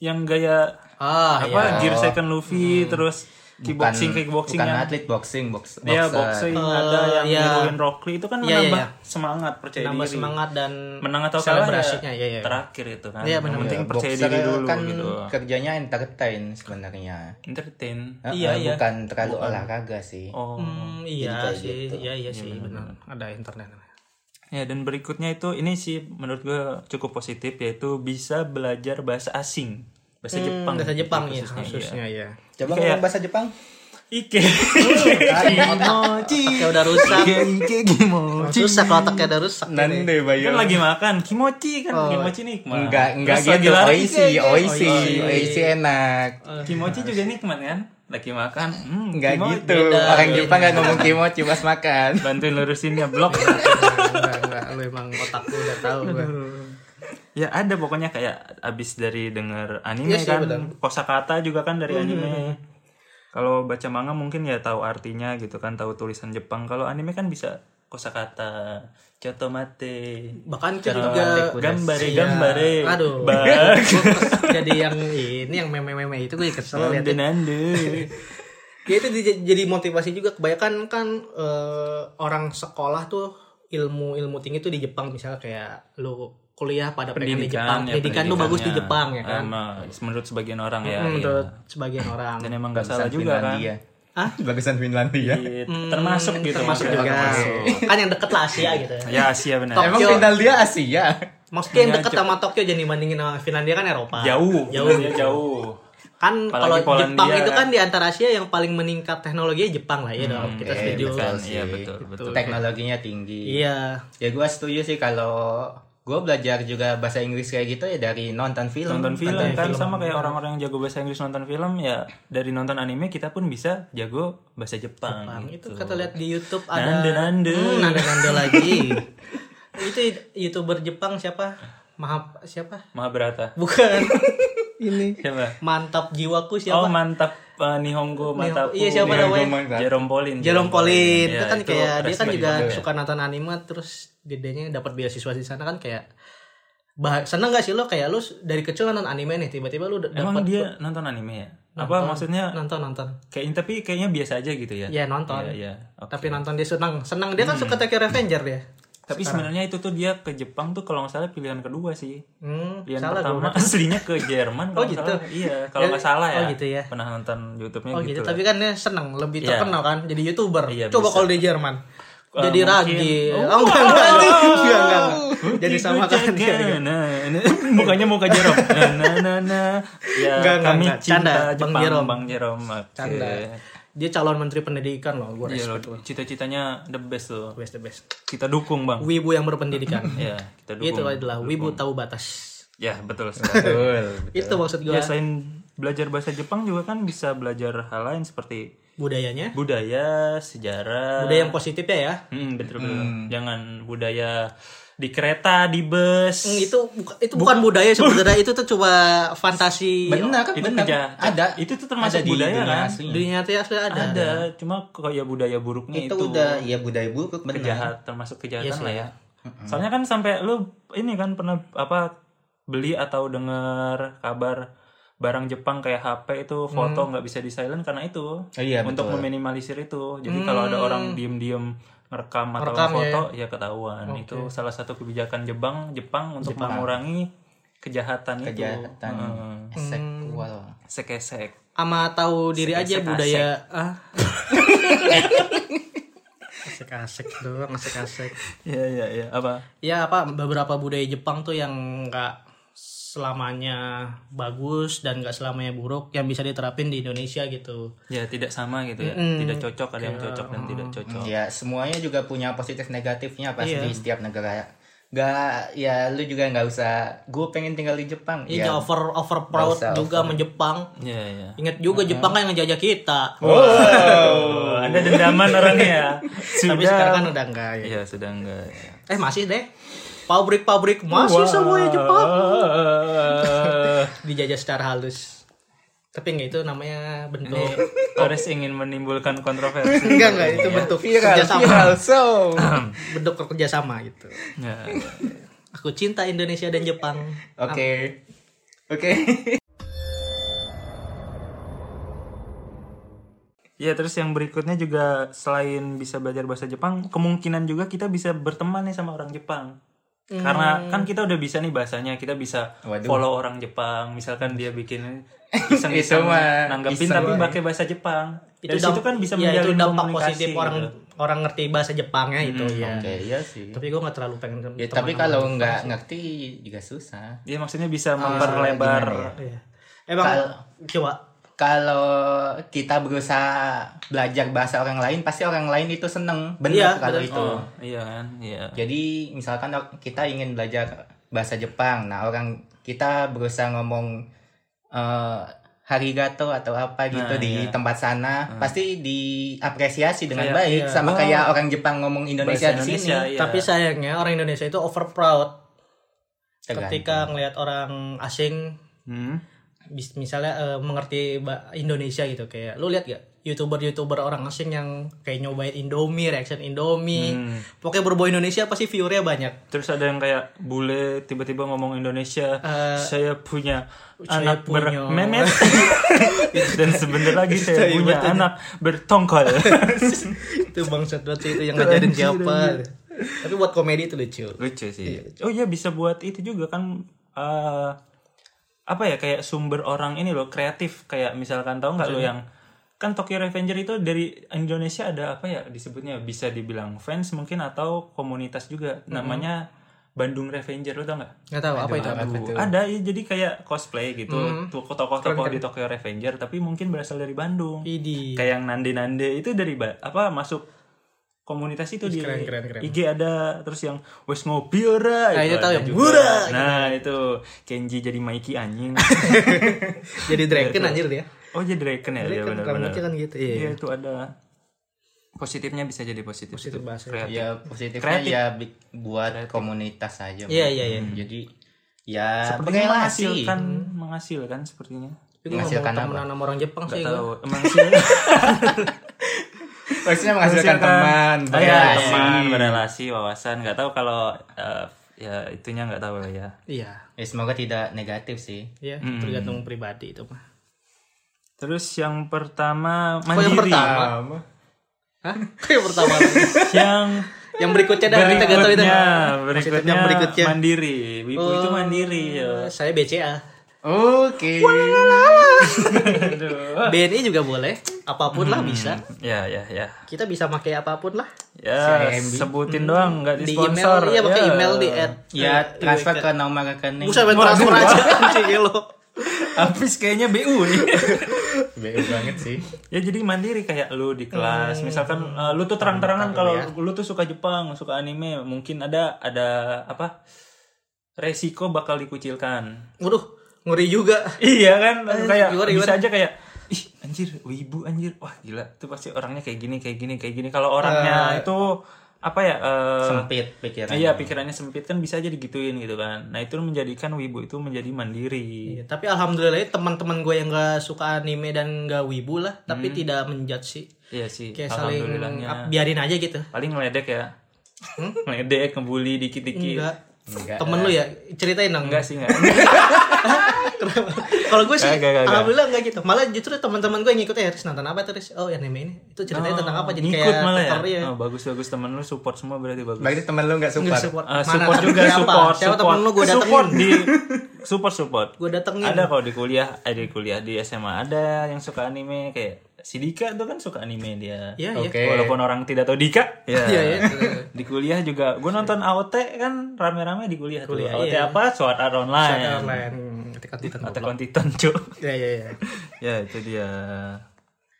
[SPEAKER 1] yang gaya
[SPEAKER 2] Ah,
[SPEAKER 1] apa
[SPEAKER 2] iya.
[SPEAKER 1] gear second Luffy terus
[SPEAKER 3] Bukan,
[SPEAKER 1] kickboxing kickboxing
[SPEAKER 3] bukan
[SPEAKER 1] yang
[SPEAKER 3] atlet boxing, box, boxer.
[SPEAKER 1] ya boxing
[SPEAKER 2] Eh,
[SPEAKER 1] ada yang
[SPEAKER 2] iya.
[SPEAKER 1] niruin Rock Lee itu kan
[SPEAKER 2] Iya, iya,
[SPEAKER 1] menambah
[SPEAKER 2] iya.
[SPEAKER 1] semangat percaya
[SPEAKER 2] nambah
[SPEAKER 1] diri
[SPEAKER 2] semangat dan
[SPEAKER 1] menang atau kalah
[SPEAKER 2] selebrasinya,
[SPEAKER 1] ya,
[SPEAKER 2] iya, iya.
[SPEAKER 1] terakhir itu kan
[SPEAKER 2] Iya,
[SPEAKER 1] yang
[SPEAKER 2] benar.
[SPEAKER 1] penting
[SPEAKER 3] Ya,
[SPEAKER 1] percaya
[SPEAKER 3] boxer
[SPEAKER 1] diri dulu
[SPEAKER 3] kan
[SPEAKER 1] gitu
[SPEAKER 3] kerjanya entertain sebenarnya.
[SPEAKER 1] entertain
[SPEAKER 3] Eh,
[SPEAKER 2] Iya,
[SPEAKER 3] eh,
[SPEAKER 2] iya.
[SPEAKER 3] Bukan terlalu olahraga sih.
[SPEAKER 1] oh
[SPEAKER 2] Hmm, iya
[SPEAKER 3] kayak
[SPEAKER 2] sih,
[SPEAKER 3] gitu.
[SPEAKER 2] iya iya sih benar. Ada internet.
[SPEAKER 1] ya dan berikutnya itu ini sih menurut gue cukup positif yaitu bisa belajar bahasa asing bahasa Jepang
[SPEAKER 2] Bahasa
[SPEAKER 1] gitu
[SPEAKER 2] Jepang ya
[SPEAKER 1] khususnya, iya.
[SPEAKER 2] khususnya ya.
[SPEAKER 3] Coba
[SPEAKER 1] Kayak-
[SPEAKER 3] ngomong bahasa Jepang.
[SPEAKER 1] Ike
[SPEAKER 2] Otaknya udah rusak.
[SPEAKER 1] Ike Ike Kimochi
[SPEAKER 2] Susah kalau otaknya udah rusak.
[SPEAKER 3] Nande
[SPEAKER 1] kan
[SPEAKER 3] bayo.
[SPEAKER 1] lagi makan kimochi kan
[SPEAKER 2] Oh,
[SPEAKER 1] kimochi nikmat
[SPEAKER 3] Enggak, enggak
[SPEAKER 1] Terus lagi
[SPEAKER 3] gitu.
[SPEAKER 1] lari,
[SPEAKER 3] Oishi,
[SPEAKER 1] Ike, Ike.
[SPEAKER 3] oishi,
[SPEAKER 1] Oh, iya.
[SPEAKER 3] oishi enak.
[SPEAKER 1] Kimochi juga nikmat kan? Lagi makan, hmm,
[SPEAKER 3] Enggak
[SPEAKER 1] kimochi. Iya.
[SPEAKER 3] gitu. Orang Jepang enggak ngomong kimochi pas makan.
[SPEAKER 1] Bantuin lurusinnya ya, blok.
[SPEAKER 2] Enggak, enggak, lu emang otak lu udah tahu gua.
[SPEAKER 1] ya ada pokoknya kayak abis dari denger
[SPEAKER 2] Iya
[SPEAKER 1] anime
[SPEAKER 2] sih, Mhm.
[SPEAKER 1] kan,
[SPEAKER 2] benar.
[SPEAKER 1] kosakata juga kan dari anime. Kalau baca manga mungkin ya tahu artinya gitu kan, tahu tulisan Jepang. Kalau anime kan bisa kosakata, contoh mate,
[SPEAKER 2] Bahkan itu juga
[SPEAKER 1] gambare,
[SPEAKER 2] Iya.
[SPEAKER 1] gambare,
[SPEAKER 2] Aduh.
[SPEAKER 1] bak,
[SPEAKER 2] Gua kes- jadi yang ini yang meme-meme itu gue kesel liatnya.
[SPEAKER 1] nande nande.
[SPEAKER 2] Ya itu dij- jadi motivasi juga kebanyakan kan eh, orang sekolah tuh ilmu-ilmu tinggi tuh di Jepang misalnya kayak lu kuliah pada pengen di Jepang.
[SPEAKER 1] ya,
[SPEAKER 2] pendidikan lu bagus di
[SPEAKER 1] pendidikannya.
[SPEAKER 2] Jepang ya kan.
[SPEAKER 1] Emang, menurut sebagian orang ya.
[SPEAKER 2] Hmm,
[SPEAKER 1] iya.
[SPEAKER 2] menurut sebagian orang.
[SPEAKER 1] Dan emang gak salah juga kan.
[SPEAKER 3] Finlandia.
[SPEAKER 2] Hah?
[SPEAKER 3] Bagusan Finlandia.
[SPEAKER 1] Iya, termasuk gitu
[SPEAKER 2] termasuk
[SPEAKER 1] maksudnya.
[SPEAKER 2] juga. kan yang deket lah Asia gitu.
[SPEAKER 1] ya Asia benar
[SPEAKER 2] Top.
[SPEAKER 3] Emang
[SPEAKER 2] Tokyo.
[SPEAKER 3] Finlandia
[SPEAKER 1] Iya,
[SPEAKER 3] Asia.
[SPEAKER 2] Maksudnya yang deket sama Tokyo jadi bandingin sama Finlandia kan Eropa.
[SPEAKER 1] jauh
[SPEAKER 2] Jauh.
[SPEAKER 1] Iya, jauh
[SPEAKER 2] Kan
[SPEAKER 1] Apalagi
[SPEAKER 2] kalau
[SPEAKER 1] Polandia.
[SPEAKER 2] Jepang itu kan di antara Asia yang paling meningkat teknologinya Jepang lah ya dong. Kita
[SPEAKER 3] eh,
[SPEAKER 2] setuju.
[SPEAKER 3] betul.
[SPEAKER 1] kan
[SPEAKER 3] sih.
[SPEAKER 1] iya betul betul
[SPEAKER 3] Teknologinya tinggi.
[SPEAKER 2] Iya.
[SPEAKER 3] Ya gue setuju sih kalau gue belajar juga bahasa Inggris kayak gitu ya dari nonton film.
[SPEAKER 1] nonton film
[SPEAKER 2] Nonton
[SPEAKER 1] kan
[SPEAKER 2] film.
[SPEAKER 1] sama kayak orang-orang yang jago bahasa Inggris nonton film ya dari nonton anime kita pun bisa jago bahasa Jepang,
[SPEAKER 2] Jepang. Itu kan.
[SPEAKER 1] gitu.
[SPEAKER 2] kata lihat di YouTube ada
[SPEAKER 1] Nande, nande.
[SPEAKER 2] Hmm, nande nande lagi. itu YouTuber Jepang siapa? Maha siapa?
[SPEAKER 1] Mahabharata
[SPEAKER 2] Bukan. Ini
[SPEAKER 1] siapa
[SPEAKER 2] mantap jiwaku
[SPEAKER 1] oh
[SPEAKER 2] siapa?
[SPEAKER 1] mantap eh, Nihongo mantap
[SPEAKER 2] Iya, siapa namanya?
[SPEAKER 1] Jerome Pauline
[SPEAKER 2] Jerome Pauline
[SPEAKER 1] Ya,
[SPEAKER 2] itu kan kayak dia kan
[SPEAKER 1] respect
[SPEAKER 2] juga
[SPEAKER 1] ya.
[SPEAKER 2] suka nonton anime terus gedenya dapat beasiswa di sana kan kayak bah seneng gak sih lo kayak lo dari kecil nonton anime nih tiba-tiba lo
[SPEAKER 1] emang
[SPEAKER 2] dapat
[SPEAKER 1] dia nonton anime ya apa maksudnya
[SPEAKER 2] nonton nonton
[SPEAKER 1] kayak tapi kayaknya biasa aja gitu ya
[SPEAKER 2] ya nonton
[SPEAKER 1] iya iya Oke. Hmm.
[SPEAKER 2] tapi nonton dia seneng seneng dia kan suka Tokyo Revenger dia
[SPEAKER 1] Tapi sebenarnya itu tuh dia ke Jepang tuh kalau nggak salah pilihan kedua sih.
[SPEAKER 2] Hmm,
[SPEAKER 1] Pilihan
[SPEAKER 2] salah
[SPEAKER 1] Iya, pertama
[SPEAKER 2] gua.
[SPEAKER 1] aslinya ke Jerman
[SPEAKER 2] Oh,
[SPEAKER 1] kalau nggak
[SPEAKER 2] gitu.
[SPEAKER 1] salah. Iya, kalau
[SPEAKER 2] Ya,
[SPEAKER 1] nggak salah ya.
[SPEAKER 2] oh, gitu ya.
[SPEAKER 1] Pernah nonton YouTube-nya
[SPEAKER 2] Oh
[SPEAKER 1] gitu.
[SPEAKER 2] gitu,
[SPEAKER 1] lah.
[SPEAKER 2] tapi kan dia seneng lebih
[SPEAKER 1] Iya.
[SPEAKER 2] terkenal kan jadi youtuber.
[SPEAKER 1] Iya,
[SPEAKER 2] Coba
[SPEAKER 1] bisa.
[SPEAKER 2] kalau di Jerman
[SPEAKER 1] Eh,
[SPEAKER 2] jadi
[SPEAKER 1] mungkin.
[SPEAKER 2] ragil. Oh, enggak, enggak, enggak, enggak, enggak. Jadi sama kan.
[SPEAKER 1] Iya, iya. Nah, nah. mukanya muka Jerome. Nah, nah, nah, nah. Ya,
[SPEAKER 2] Enggak, enggak,
[SPEAKER 1] kami
[SPEAKER 2] enggak.
[SPEAKER 1] cinta
[SPEAKER 2] Canda, Bang
[SPEAKER 1] Jepang,
[SPEAKER 2] Jerome.
[SPEAKER 1] Bang Jerome. Oke.
[SPEAKER 2] Canda. Dia calon menteri pendidikan loh, gue
[SPEAKER 1] Iya, loh,
[SPEAKER 2] respect loh.
[SPEAKER 1] cita-citanya the best loh.
[SPEAKER 2] Best the best.
[SPEAKER 1] Kita dukung, Bang.
[SPEAKER 2] Wibu yang berpendidikan.
[SPEAKER 1] Ya, kita dukung.
[SPEAKER 2] Iya. Itu adalah Gitu kan wibu tahu batas.
[SPEAKER 1] Ya, betul sekali.
[SPEAKER 2] Itu maksud gue
[SPEAKER 1] ya, selain belajar bahasa Jepang juga kan bisa belajar hal lain seperti
[SPEAKER 2] budayanya.
[SPEAKER 1] budaya, sejarah.
[SPEAKER 2] Budaya yang positif ya ya.
[SPEAKER 1] Hmm, betul betul. Jangan budaya di kereta, di bus.
[SPEAKER 2] Hmm, itu buka- itu bukan budaya sebenarnya itu tuh coba fantasi
[SPEAKER 3] Benar kan?
[SPEAKER 1] itu
[SPEAKER 3] benar.
[SPEAKER 1] kerja-
[SPEAKER 3] Ada.
[SPEAKER 1] itu tuh
[SPEAKER 3] Ada
[SPEAKER 1] termasuk
[SPEAKER 3] di
[SPEAKER 1] budaya,
[SPEAKER 3] dunia
[SPEAKER 1] kan?
[SPEAKER 3] asli.
[SPEAKER 2] dunia nyata asli ada.
[SPEAKER 1] ada, cuma kayak budaya buruknya
[SPEAKER 3] Itu
[SPEAKER 1] itu,
[SPEAKER 3] udah ya budaya buruk benar.
[SPEAKER 1] kejahat termasuk kejahatan
[SPEAKER 2] Iya sih,
[SPEAKER 1] lah
[SPEAKER 2] ya.
[SPEAKER 1] ya. Soalnya kan sampai lu ini kan pernah apa beli atau dengar kabar barang Jepang kayak HP itu foto nggak bisa di silent karena itu
[SPEAKER 3] Oh, iya,
[SPEAKER 1] untuk
[SPEAKER 3] betul.
[SPEAKER 1] meminimalisir itu. Jadi kalau ada orang diem-diem merekam atau
[SPEAKER 2] Merekam,
[SPEAKER 1] foto ya, ketahuan. Itu salah satu kebijakan Jepang Jepang untuk mengurangi kejahatan,
[SPEAKER 3] Kejahatan.
[SPEAKER 1] itu. Heeh.
[SPEAKER 3] Seksual.
[SPEAKER 1] Sekesek.
[SPEAKER 2] Ama tahu diri aja
[SPEAKER 1] Asik-asik.
[SPEAKER 2] budaya ah. asik-asik doang, asik-asik.
[SPEAKER 1] Iya iya iya apa?
[SPEAKER 2] Ya apa beberapa budaya Jepang tuh yang nggak selamanya bagus dan nggak selamanya buruk yang bisa diterapin di Indonesia gitu.
[SPEAKER 1] Ya tidak sama gitu ya. Tidak cocok ada yang cocok dan tidak cocok.
[SPEAKER 3] Ya semuanya juga punya positif negatifnya pasti
[SPEAKER 1] Iya.
[SPEAKER 3] setiap negara. Gak ya lu juga nggak usah. Gue pengen tinggal di Jepang.
[SPEAKER 2] Ini
[SPEAKER 3] ya.
[SPEAKER 2] over over proud
[SPEAKER 3] Nggak usah
[SPEAKER 2] juga menjepang.
[SPEAKER 1] Iya iya.
[SPEAKER 2] Ingat juga Jepang kan yang ngejajah kita.
[SPEAKER 1] Oh, Anda dendaman orangnya ya. Sudah.
[SPEAKER 2] Tapi sekarang kan udah enggak ya.
[SPEAKER 1] Iya, sudah enggak. ya.
[SPEAKER 2] Eh masih deh. Pabrik-pabrik masih semuanya Jepang. Dijajah secara halus. Tapi enggak itu namanya bentuk.
[SPEAKER 1] Eh. Torres ingin menimbulkan kontroversi. Iya.
[SPEAKER 2] enggak enggak itu bentuk kerjasama.
[SPEAKER 3] Iya, so.
[SPEAKER 2] Bentuk kerjasama gitu.
[SPEAKER 1] Ya.
[SPEAKER 2] Aku cinta Indonesia dan Jepang.
[SPEAKER 3] Oke. Oke.
[SPEAKER 1] Ya, terus yang berikutnya juga selain bisa belajar bahasa Jepang, kemungkinan juga kita bisa berteman nih sama orang Jepang.
[SPEAKER 2] Hmm.
[SPEAKER 1] Karena kan kita udah bisa nih bahasanya, kita bisa
[SPEAKER 3] Waduh.
[SPEAKER 1] follow orang Jepang. Misalkan dia bikin
[SPEAKER 3] Itu
[SPEAKER 1] iseng-iseng
[SPEAKER 3] mah
[SPEAKER 1] nanggepin
[SPEAKER 3] iseng
[SPEAKER 1] tapi
[SPEAKER 3] ya.
[SPEAKER 1] pakai bahasa Jepang. Itu Dari
[SPEAKER 2] damp-
[SPEAKER 1] situ kan bisa
[SPEAKER 2] ya, itu
[SPEAKER 1] menjalin
[SPEAKER 2] dampak
[SPEAKER 1] komunikasi
[SPEAKER 2] positif orang
[SPEAKER 1] gitu. Hmm,
[SPEAKER 2] orang ngerti bahasa Jepangnya itu. ya.
[SPEAKER 3] Oke, iya sih.
[SPEAKER 2] Tapi gue nggak terlalu pengen
[SPEAKER 3] Ya,
[SPEAKER 2] teman
[SPEAKER 3] tapi
[SPEAKER 2] sama-
[SPEAKER 3] kalau nggak ngerti juga susah.
[SPEAKER 1] Dia maksudnya bisa
[SPEAKER 2] Ah,
[SPEAKER 1] memperlebar
[SPEAKER 3] gimana ya?
[SPEAKER 2] Iya. Emang
[SPEAKER 3] Kalau-
[SPEAKER 2] coba
[SPEAKER 3] kalau kita berusaha belajar bahasa orang lain pasti orang lain itu seneng benar
[SPEAKER 2] Iya,
[SPEAKER 3] kalau
[SPEAKER 2] benar.
[SPEAKER 3] itu
[SPEAKER 1] Oh, iya kan? Iya.
[SPEAKER 3] jadi misalkan or- kita ingin belajar bahasa Jepang nah orang kita berusaha ngomong eh, harigato atau apa gitu
[SPEAKER 1] Nah,
[SPEAKER 3] di
[SPEAKER 1] iya.
[SPEAKER 3] tempat sana pasti diapresiasi dengan
[SPEAKER 1] Kayak,
[SPEAKER 3] baik
[SPEAKER 2] iya.
[SPEAKER 3] sama
[SPEAKER 1] Wah.
[SPEAKER 3] kayak orang Jepang ngomong Indonesia di
[SPEAKER 1] Bahasa
[SPEAKER 3] sini
[SPEAKER 1] Indonesia, iya.
[SPEAKER 2] Tapi sayangnya orang Indonesia itu over proud
[SPEAKER 3] Tergantung.
[SPEAKER 2] ketika ngelihat orang asing
[SPEAKER 1] Hmm.
[SPEAKER 2] bis- misalnya eh, mengerti ba- Indonesia gitu kayak lu lihat gak youtuber-youtuber orang asing yang kayak nyobain Indomie, reaction Indomie,
[SPEAKER 1] Hmm.
[SPEAKER 2] pokoknya berbau Indonesia pasti viewernya banyak.
[SPEAKER 1] Terus ada yang kayak bule tiba-tiba ngomong Indonesia, saya punya
[SPEAKER 2] saya
[SPEAKER 1] anak
[SPEAKER 2] punya-
[SPEAKER 1] bermemet dan sebentar lagi saya
[SPEAKER 2] Saya
[SPEAKER 1] punya
[SPEAKER 2] betul.
[SPEAKER 1] anak bertongkol.
[SPEAKER 2] itu bangsat banget sih itu yang ngajarin siapa. Tapi buat komedi itu lucu.
[SPEAKER 1] Lucu sih. Oh iya bisa buat itu juga kan eh, apa ya kayak sumber orang ini loh kreatif kayak misalkan tahu nggak lo yang kan Tokyo Revenger itu dari Indonesia ada apa ya disebutnya bisa dibilang fans mungkin atau komunitas juga namanya Bandung Revenger lo tau nggak?
[SPEAKER 2] Nggak tahu apa itu. Hmm.
[SPEAKER 1] Aduh, ada ya, jadi kayak cosplay gitu tuh tokoh-tokoh
[SPEAKER 2] kan?
[SPEAKER 1] di Tokyo Revenger tapi mungkin berasal dari Bandung
[SPEAKER 2] Idi.
[SPEAKER 1] kayak yang Nande Nande itu dari ba- apa masuk komunitas itu di
[SPEAKER 2] keren, keren, keren.
[SPEAKER 1] IG ada terus yang wes ngopi ora
[SPEAKER 2] Nah, itu tahu
[SPEAKER 1] ada
[SPEAKER 2] yang iya,
[SPEAKER 1] juga.
[SPEAKER 2] "Wura!"
[SPEAKER 1] nah itu Kenji jadi Mikey anjing
[SPEAKER 2] Jadi Draken anjir dia.
[SPEAKER 1] oh jadi Draken ya dia
[SPEAKER 2] Draken
[SPEAKER 1] benar-benar
[SPEAKER 2] rambutnya kan gitu. Iya.
[SPEAKER 1] iya itu ada positifnya bisa jadi positif,
[SPEAKER 2] Positif
[SPEAKER 1] itu.
[SPEAKER 2] bahasa. Iya.
[SPEAKER 1] Kreatif.
[SPEAKER 3] ya positifnya
[SPEAKER 1] Kreatif.
[SPEAKER 3] ya bi- buat komunitas aja
[SPEAKER 2] Iya, iya, iya.
[SPEAKER 1] Hmm.
[SPEAKER 3] jadi ya
[SPEAKER 1] sepertinya
[SPEAKER 3] berrelasi.
[SPEAKER 1] menghasilkan menghasilkan sepertinya
[SPEAKER 2] Tapi gue ngomong
[SPEAKER 3] Menghasilkan
[SPEAKER 2] temenan sama orang Jepang sih
[SPEAKER 1] Gak
[SPEAKER 2] gue.
[SPEAKER 1] tahu emang sih ya.
[SPEAKER 3] maksudnya menghasilkan
[SPEAKER 2] kan
[SPEAKER 3] teman
[SPEAKER 1] Oh, iya,
[SPEAKER 3] berrelasi.
[SPEAKER 1] teman berrelasi wawasan nggak tahu kalau eh, ya itunya nggak tahu lah ya
[SPEAKER 2] Iya.
[SPEAKER 3] Ya, semoga tidak negatif sih.
[SPEAKER 2] Iya,
[SPEAKER 1] Hmm.
[SPEAKER 2] tergantung pribadi itu mah.
[SPEAKER 1] terus yang pertama
[SPEAKER 2] Oh, yang
[SPEAKER 1] iya. mandiri
[SPEAKER 2] pertama? Hah? Kayak pertama.
[SPEAKER 1] yang
[SPEAKER 2] Yang berikutnya dah kita gak tahu itu.
[SPEAKER 1] berikutnya
[SPEAKER 2] Positifnya
[SPEAKER 1] berikutnya
[SPEAKER 2] berikutnya. Oh.
[SPEAKER 1] mandiri wibu itu mandiri ya
[SPEAKER 2] Eh, Saya BCA.
[SPEAKER 3] Oke.
[SPEAKER 1] Aduh.
[SPEAKER 2] BNI juga boleh. Apapun lah bisa.
[SPEAKER 1] ya ya ya
[SPEAKER 2] Kita bisa pakai apapun lah.
[SPEAKER 1] ya sebutin doang nggak di
[SPEAKER 2] Di
[SPEAKER 1] sponsor Ya.
[SPEAKER 2] email, iya pakai email di ad.
[SPEAKER 3] Ya transfer ke nomor rekening.
[SPEAKER 2] eh, Buset main transfer aja anjing ya lo.
[SPEAKER 1] habis kayaknya bu nih
[SPEAKER 3] Bego banget sih.
[SPEAKER 1] ya jadi mandiri kayak lu di
[SPEAKER 2] Hmm.
[SPEAKER 1] kelas misalkan eh, lu tuh terang-terangan kalau
[SPEAKER 2] ya.
[SPEAKER 1] lu tuh suka Jepang suka anime mungkin ada ada apa resiko bakal dikucilkan
[SPEAKER 2] Waduh, ngeri juga.
[SPEAKER 1] iya kan kayak
[SPEAKER 2] Eh, gimana,
[SPEAKER 1] bisa aja kayak ih anjir wibu anjir wah gila tuh pasti orangnya kayak gini kayak gini kayak gini kalau orangnya
[SPEAKER 2] Eh.
[SPEAKER 1] itu apa ya eh,
[SPEAKER 3] Sempit pikiran.
[SPEAKER 1] iya pikirannya sempit kan bisa aja digituin gitu kan nah itu menjadikan wibu itu menjadi mandiri
[SPEAKER 2] Iya, tapi alhamdulillah teman-teman gue yang gak suka anime dan gak wibu lah, tapi tidak menjudge sih.
[SPEAKER 1] iya sih
[SPEAKER 2] Kayak saling
[SPEAKER 1] alhamdulillahnya
[SPEAKER 2] ah, biarin aja gitu.
[SPEAKER 1] paling ngeledek ya ngeledek ngebully dikit-dikit
[SPEAKER 2] Hmm? Enggak.
[SPEAKER 3] Enggak.
[SPEAKER 2] Temen lu ya, ceritain dong.
[SPEAKER 1] Enggak sih enggak.
[SPEAKER 2] Kalau gue sih
[SPEAKER 1] Enggak, enggak, enggak, enggak.
[SPEAKER 2] alhamdulillah enggak gitu. Malah justru teman-teman gue yang ngikutnya Haris nonton apa tuh Haris? Oh, anime ini. Itu ceritanya tentang apa? Jadi
[SPEAKER 1] Ngikut
[SPEAKER 2] kayak
[SPEAKER 1] malah ya.
[SPEAKER 2] tutor, iya.
[SPEAKER 1] Oh, bagus-bagus temen lu support semua berarti bagus.
[SPEAKER 3] Berarti temen lu enggak
[SPEAKER 2] Nggak
[SPEAKER 3] support.
[SPEAKER 2] support.
[SPEAKER 1] Eh,
[SPEAKER 2] Mana
[SPEAKER 1] support
[SPEAKER 2] temen
[SPEAKER 1] juga
[SPEAKER 2] siapa? Siapa
[SPEAKER 1] support. support. Eh,
[SPEAKER 2] temen lu gue datengin?
[SPEAKER 1] Support di support support.
[SPEAKER 2] Gue datengin.
[SPEAKER 1] Ada kalau di kuliah, eh di kuliah di SMA ada yang suka anime kayak si Dika tuh kan suka anime dia.
[SPEAKER 2] Iya, iya.
[SPEAKER 3] Oke.
[SPEAKER 1] Walaupun orang tidak tahu Dika, ya.
[SPEAKER 2] Iya, iya.
[SPEAKER 1] Di kuliah juga, gue nonton AOT kan rame-rame di kuliah,
[SPEAKER 2] Kuliah,
[SPEAKER 1] tuh. AOT
[SPEAKER 2] iya.
[SPEAKER 1] apa? Sword Art Online.
[SPEAKER 2] Ada online. Ketika Titan.
[SPEAKER 1] Attack on Titan, cuy.
[SPEAKER 2] Ya ya ya.
[SPEAKER 1] ya itu dia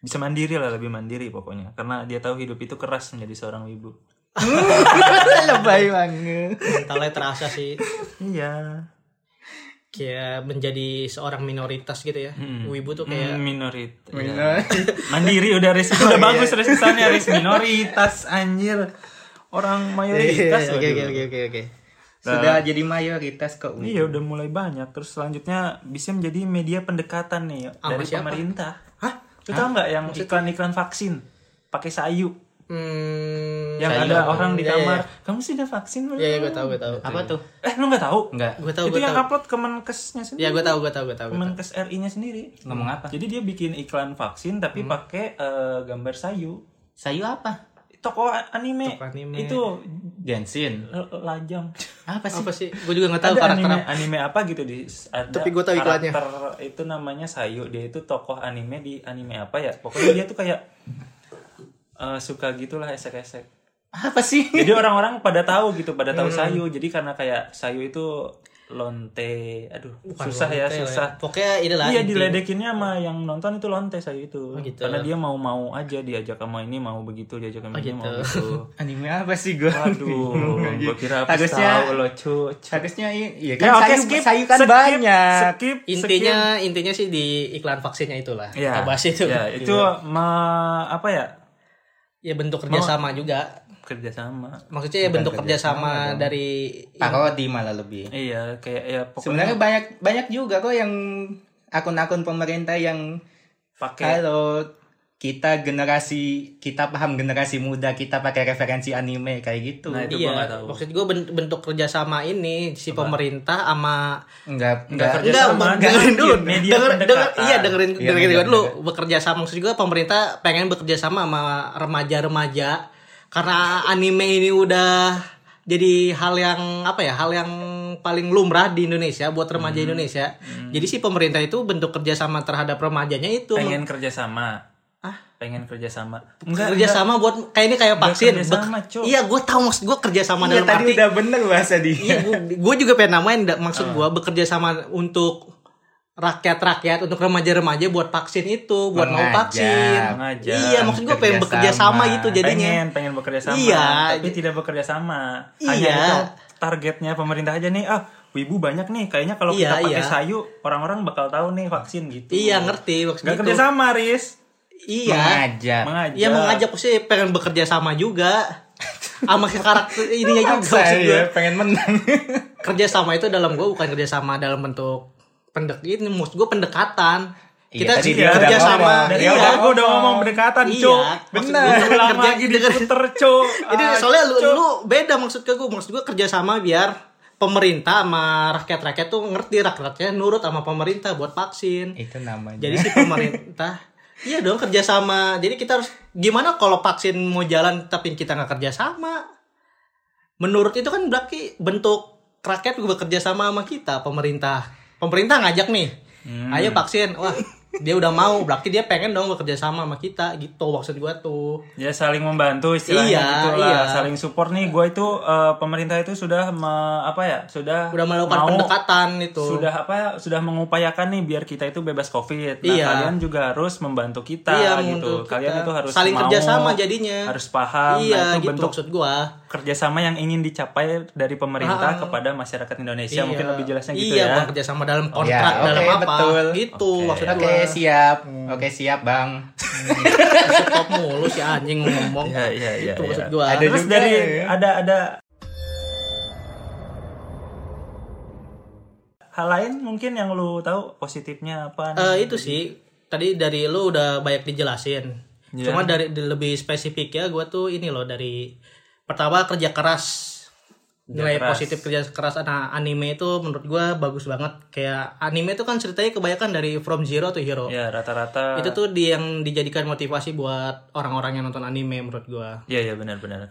[SPEAKER 1] bisa mandiri lah lebih mandiri pokoknya karena dia tahu hidup itu keras menjadi seorang ibu
[SPEAKER 3] Lebay banget.
[SPEAKER 2] Mentalnya terasa sih
[SPEAKER 1] iya
[SPEAKER 2] kayak menjadi seorang minoritas gitu ya.
[SPEAKER 1] Hmm.
[SPEAKER 2] Wibu tuh kayak
[SPEAKER 1] minorit Iya. mandiri udah ya. res udah bagus res kesannya res minoritas anjir orang mayoritas
[SPEAKER 3] Oke oke
[SPEAKER 1] waduh.
[SPEAKER 3] oke oke oke. Sudah jadi mayoritas kok.
[SPEAKER 1] Iya udah mulai banyak terus selanjutnya bisa menjadi media pendekatan nih ya, dari pemerintah. Hah? Lu tau nggak yang iklan-iklan vaksin pakai sayu
[SPEAKER 2] hmm,
[SPEAKER 1] yang ada orang di
[SPEAKER 2] iya.
[SPEAKER 1] kamar kamu sudah vaksin belum?
[SPEAKER 2] ya ya gue tahu gue tahu.
[SPEAKER 3] Apa tuh?
[SPEAKER 1] Eh lu nggak tahu?
[SPEAKER 3] Enggak.
[SPEAKER 2] Gue tahu
[SPEAKER 1] itu
[SPEAKER 2] gue
[SPEAKER 1] yang
[SPEAKER 2] tahu.
[SPEAKER 1] upload Kemenkesnya sendiri.
[SPEAKER 2] Ya gue tahu gue tahu gue tahu.
[SPEAKER 1] Kemenkes RI-nya sendiri.
[SPEAKER 3] Ngomong apa? Hmm.
[SPEAKER 1] Jadi dia bikin iklan vaksin tapi pakai eh, gambar sayu.
[SPEAKER 3] Sayu apa?
[SPEAKER 1] Toko a- anime.
[SPEAKER 2] Toko anime.
[SPEAKER 1] Itu
[SPEAKER 3] Gensin.
[SPEAKER 1] l- lajang.
[SPEAKER 3] Apa sih?
[SPEAKER 2] Apa sih? Gue juga nggak tahu
[SPEAKER 1] Ada
[SPEAKER 2] karakter
[SPEAKER 1] anime
[SPEAKER 2] apa.
[SPEAKER 1] anime apa gitu di ada
[SPEAKER 2] Tapi gua tahu iklannya.
[SPEAKER 1] karakter itu namanya Sayu. Dia itu tokoh anime di anime apa ya? Pokoknya dia tuh kayak eh, suka gitulah esek-esek.
[SPEAKER 3] Apa sih?
[SPEAKER 1] Jadi orang-orang pada tahu gitu, pada
[SPEAKER 2] Hmm.
[SPEAKER 1] tahu Sayu. Jadi karena kayak Sayu itu lonte, aduh
[SPEAKER 2] Bukan
[SPEAKER 1] susah ya,
[SPEAKER 2] lonte lah
[SPEAKER 1] susah.
[SPEAKER 2] Pokoknya ini lah.
[SPEAKER 1] Iya
[SPEAKER 2] inti.
[SPEAKER 1] diledekinnya sama yang nonton itu lonte saya itu.
[SPEAKER 2] gitu.
[SPEAKER 1] Karena dia mau-mau aja diajak sama ini mau begitu
[SPEAKER 2] Oh,
[SPEAKER 1] diajak sama ini
[SPEAKER 2] gitu.
[SPEAKER 1] mau begitu.
[SPEAKER 3] Anime apa sih gue?
[SPEAKER 1] Aduh, gue kira apa
[SPEAKER 3] Harusnya-
[SPEAKER 1] tahu lo cu. cu.
[SPEAKER 3] Harusnya i- iya kan
[SPEAKER 1] Ya oke
[SPEAKER 3] sayu,
[SPEAKER 1] skip.
[SPEAKER 3] sayu kan
[SPEAKER 1] skip,
[SPEAKER 3] banyak.
[SPEAKER 1] Skip.
[SPEAKER 2] Intinya intinya sih di iklan vaksinnya itulah.
[SPEAKER 1] skip. Ya,
[SPEAKER 2] Kita bahas itu.
[SPEAKER 1] Ya, itu
[SPEAKER 3] Iya.
[SPEAKER 1] ma- apa ya?
[SPEAKER 2] Ya bentuk kerjasama juga.
[SPEAKER 1] Kerjasama.
[SPEAKER 2] Maksudnya ya bentuk kerjasama dari
[SPEAKER 3] Parodi malah lebih.
[SPEAKER 1] Iya, kayak ya pokoknya
[SPEAKER 3] Sebenarnya banyak banyak juga kok yang akun-akun pemerintah yang
[SPEAKER 1] pakai
[SPEAKER 3] kalau kita generasi kita paham generasi muda kita pakai referensi anime kayak gitu.
[SPEAKER 1] Nah, itu gua
[SPEAKER 2] Iya,
[SPEAKER 1] nggak tahu.
[SPEAKER 2] maksud gue bentuk kerjasama ini si pemerintah sama
[SPEAKER 3] Enggak enggak.
[SPEAKER 1] Enggak Kerjasama,
[SPEAKER 2] Enggak,
[SPEAKER 1] media
[SPEAKER 2] dengerin dulu.
[SPEAKER 1] media
[SPEAKER 2] Denger- denger-
[SPEAKER 1] pendekatan.
[SPEAKER 2] iya dengerin
[SPEAKER 3] Iya,
[SPEAKER 2] dengerin
[SPEAKER 3] media
[SPEAKER 2] gua dulu. Bekerja sama maksud juga pemerintah pengen bekerja sama sama remaja-remaja karena anime ini udah jadi hal yang apa ya hal yang paling lumrah di Indonesia buat remaja Indonesia. Jadi si pemerintah itu bentuk kerjasama terhadap remajanya itu
[SPEAKER 1] pengen kerjasama. Ah, pengen kerjasama. Enggak,
[SPEAKER 2] kerjasama buat kayak ini kayak vaksin.
[SPEAKER 1] kerjasama,
[SPEAKER 2] Bek-
[SPEAKER 1] Cuk.
[SPEAKER 2] iya gue tahu maksud gue kerjasama
[SPEAKER 3] Iya,
[SPEAKER 2] dalam
[SPEAKER 3] tadi
[SPEAKER 2] arti
[SPEAKER 3] udah bener bahasa dia.
[SPEAKER 2] Iya, gue juga pengen namain nggak- maksud
[SPEAKER 3] Ah.
[SPEAKER 2] gue bekerja sama untuk rakyat-rakyat untuk remaja-remaja buat vaksin itu buat mau
[SPEAKER 3] Mengajak,
[SPEAKER 2] vaksin
[SPEAKER 1] mengajak,
[SPEAKER 2] iya maksud gue pengen
[SPEAKER 3] kerja
[SPEAKER 2] bekerja
[SPEAKER 3] sama.
[SPEAKER 2] sama gitu jadinya
[SPEAKER 1] pengen pengen bekerja sama
[SPEAKER 2] Iya.
[SPEAKER 1] tapi tidak bekerja sama
[SPEAKER 2] Iya.
[SPEAKER 1] hanya itu targetnya pemerintah aja nih ah wibu banyak nih kayaknya kalau
[SPEAKER 2] Iya,
[SPEAKER 1] kita pakai
[SPEAKER 2] iya.
[SPEAKER 1] sayu orang-orang bakal tahu nih vaksin gitu
[SPEAKER 2] iya ngerti maksud
[SPEAKER 1] nggak
[SPEAKER 2] gitu.
[SPEAKER 1] kerja sama Riz
[SPEAKER 2] iya
[SPEAKER 3] Mengajak.
[SPEAKER 1] mengajak
[SPEAKER 2] iya mengajak sih pengen bekerja sama juga sama karakter ininya juga
[SPEAKER 3] Maksa
[SPEAKER 2] maksud
[SPEAKER 3] ya,
[SPEAKER 2] gua.
[SPEAKER 3] pengen menang.
[SPEAKER 2] kerja sama itu dalam gue bukan kerja sama dalam bentuk pendek ini maksud gue pendekatan
[SPEAKER 3] Iya,
[SPEAKER 2] kita
[SPEAKER 3] tadi dia
[SPEAKER 2] kerja
[SPEAKER 3] udah
[SPEAKER 2] sama
[SPEAKER 3] ngomong.
[SPEAKER 1] dari
[SPEAKER 3] Iya.
[SPEAKER 1] awal gua udah ngomong berdekatan
[SPEAKER 2] Ah, Iya.
[SPEAKER 1] cu
[SPEAKER 2] Maksud
[SPEAKER 1] benar
[SPEAKER 2] gua gitu.
[SPEAKER 1] ulang
[SPEAKER 2] kerja-
[SPEAKER 1] lagi diputer cu
[SPEAKER 2] Ini
[SPEAKER 1] Ah,
[SPEAKER 2] soalnya lu,
[SPEAKER 1] cu.
[SPEAKER 2] lu beda maksud ke gue, maksud gue kerjasama biar pemerintah sama rakyat-rakyat tuh ngerti rakyatnya nurut sama pemerintah buat
[SPEAKER 1] Iya.
[SPEAKER 2] vaksin.
[SPEAKER 3] Itu namanya.
[SPEAKER 2] Jadi si pemerintah iya dong kerjasama. Jadi kita harus gimana kalau vaksin mau jalan tapi kita nggak kerjasama? menurut itu kan berarti bentuk rakyat bekerja sama sama kita pemerintah pemerintah ngajak nih
[SPEAKER 1] Hmm.
[SPEAKER 2] ayo vaksin wah dia udah mau berarti dia pengen dong bekerja sama sama kita gitu maksud gua tuh
[SPEAKER 1] Ya saling membantu istilahnya
[SPEAKER 2] Iya,
[SPEAKER 1] gitu lah,
[SPEAKER 2] iya.
[SPEAKER 1] saling support nih. Gue itu eh, pemerintah itu sudah me- apa ya? Sudah
[SPEAKER 2] udah melakukan
[SPEAKER 1] mau-
[SPEAKER 2] pendekatan itu
[SPEAKER 1] Sudah apa? ya, Sudah mengupayakan nih biar kita itu bebas covid. Nah
[SPEAKER 2] Iya.
[SPEAKER 1] kalian juga harus membantu kita
[SPEAKER 2] Iya,
[SPEAKER 1] gitu.
[SPEAKER 2] menurut
[SPEAKER 1] Kalian
[SPEAKER 2] kita.
[SPEAKER 1] itu harus
[SPEAKER 2] Saling
[SPEAKER 1] mau,
[SPEAKER 2] kerjasama jadinya.
[SPEAKER 1] harus paham.
[SPEAKER 2] iya
[SPEAKER 1] nah, itu
[SPEAKER 2] gitu
[SPEAKER 1] bentuk
[SPEAKER 2] maksud gua
[SPEAKER 1] kerjasama yang ingin dicapai dari pemerintah kepada masyarakat Indonesia. Mungkin lebih jelasnya
[SPEAKER 2] Ah,
[SPEAKER 1] gitu
[SPEAKER 2] iya,
[SPEAKER 1] ya.
[SPEAKER 2] bukan kerjasama dalam kontrak
[SPEAKER 3] Iya,
[SPEAKER 2] dalam
[SPEAKER 3] oke,
[SPEAKER 2] apa
[SPEAKER 3] betul.
[SPEAKER 2] gitu
[SPEAKER 1] Oke.
[SPEAKER 2] maksudnya
[SPEAKER 3] Oke, siap. Oke, siap, Bang.
[SPEAKER 2] gua stop mulu si anjing ngomong
[SPEAKER 1] Iya, iya, iya,
[SPEAKER 2] gitu
[SPEAKER 1] iya.
[SPEAKER 2] maksud gua
[SPEAKER 3] Ada
[SPEAKER 1] Terus
[SPEAKER 3] juga
[SPEAKER 1] dari
[SPEAKER 3] ya.
[SPEAKER 1] ada ada hal lain mungkin yang lu tahu positifnya apa? nih?
[SPEAKER 2] Eh, itu sih tadi dari lu udah banyak dijelasin
[SPEAKER 1] Iya.
[SPEAKER 2] cuma dari di- lebih spesifik ya gua tuh ini loh dari pertama kerja keras nilai
[SPEAKER 1] keras.
[SPEAKER 2] positif kerja keras anak anime itu menurut gua bagus banget kayak anime itu kan ceritanya kebanyakan dari from zero to hero
[SPEAKER 1] Ya rata-rata.
[SPEAKER 2] itu tuh di yang dijadikan motivasi buat orang-orang yang nonton anime menurut gua
[SPEAKER 1] Iya iya benar-benar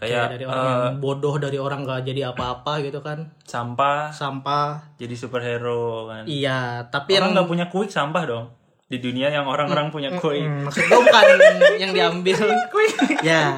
[SPEAKER 2] Kayak
[SPEAKER 1] kayak
[SPEAKER 2] dari orang
[SPEAKER 1] eh.
[SPEAKER 2] yang bodoh dari orang gak jadi apa-apa gitu kan
[SPEAKER 1] sampah
[SPEAKER 2] sampah
[SPEAKER 1] jadi superhero kan.
[SPEAKER 2] iya tapi yang
[SPEAKER 1] Orang nggak punya kuik sampah dong di dunia yang orang-orang punya kuik.
[SPEAKER 2] maksud gue bukan yang diambil ya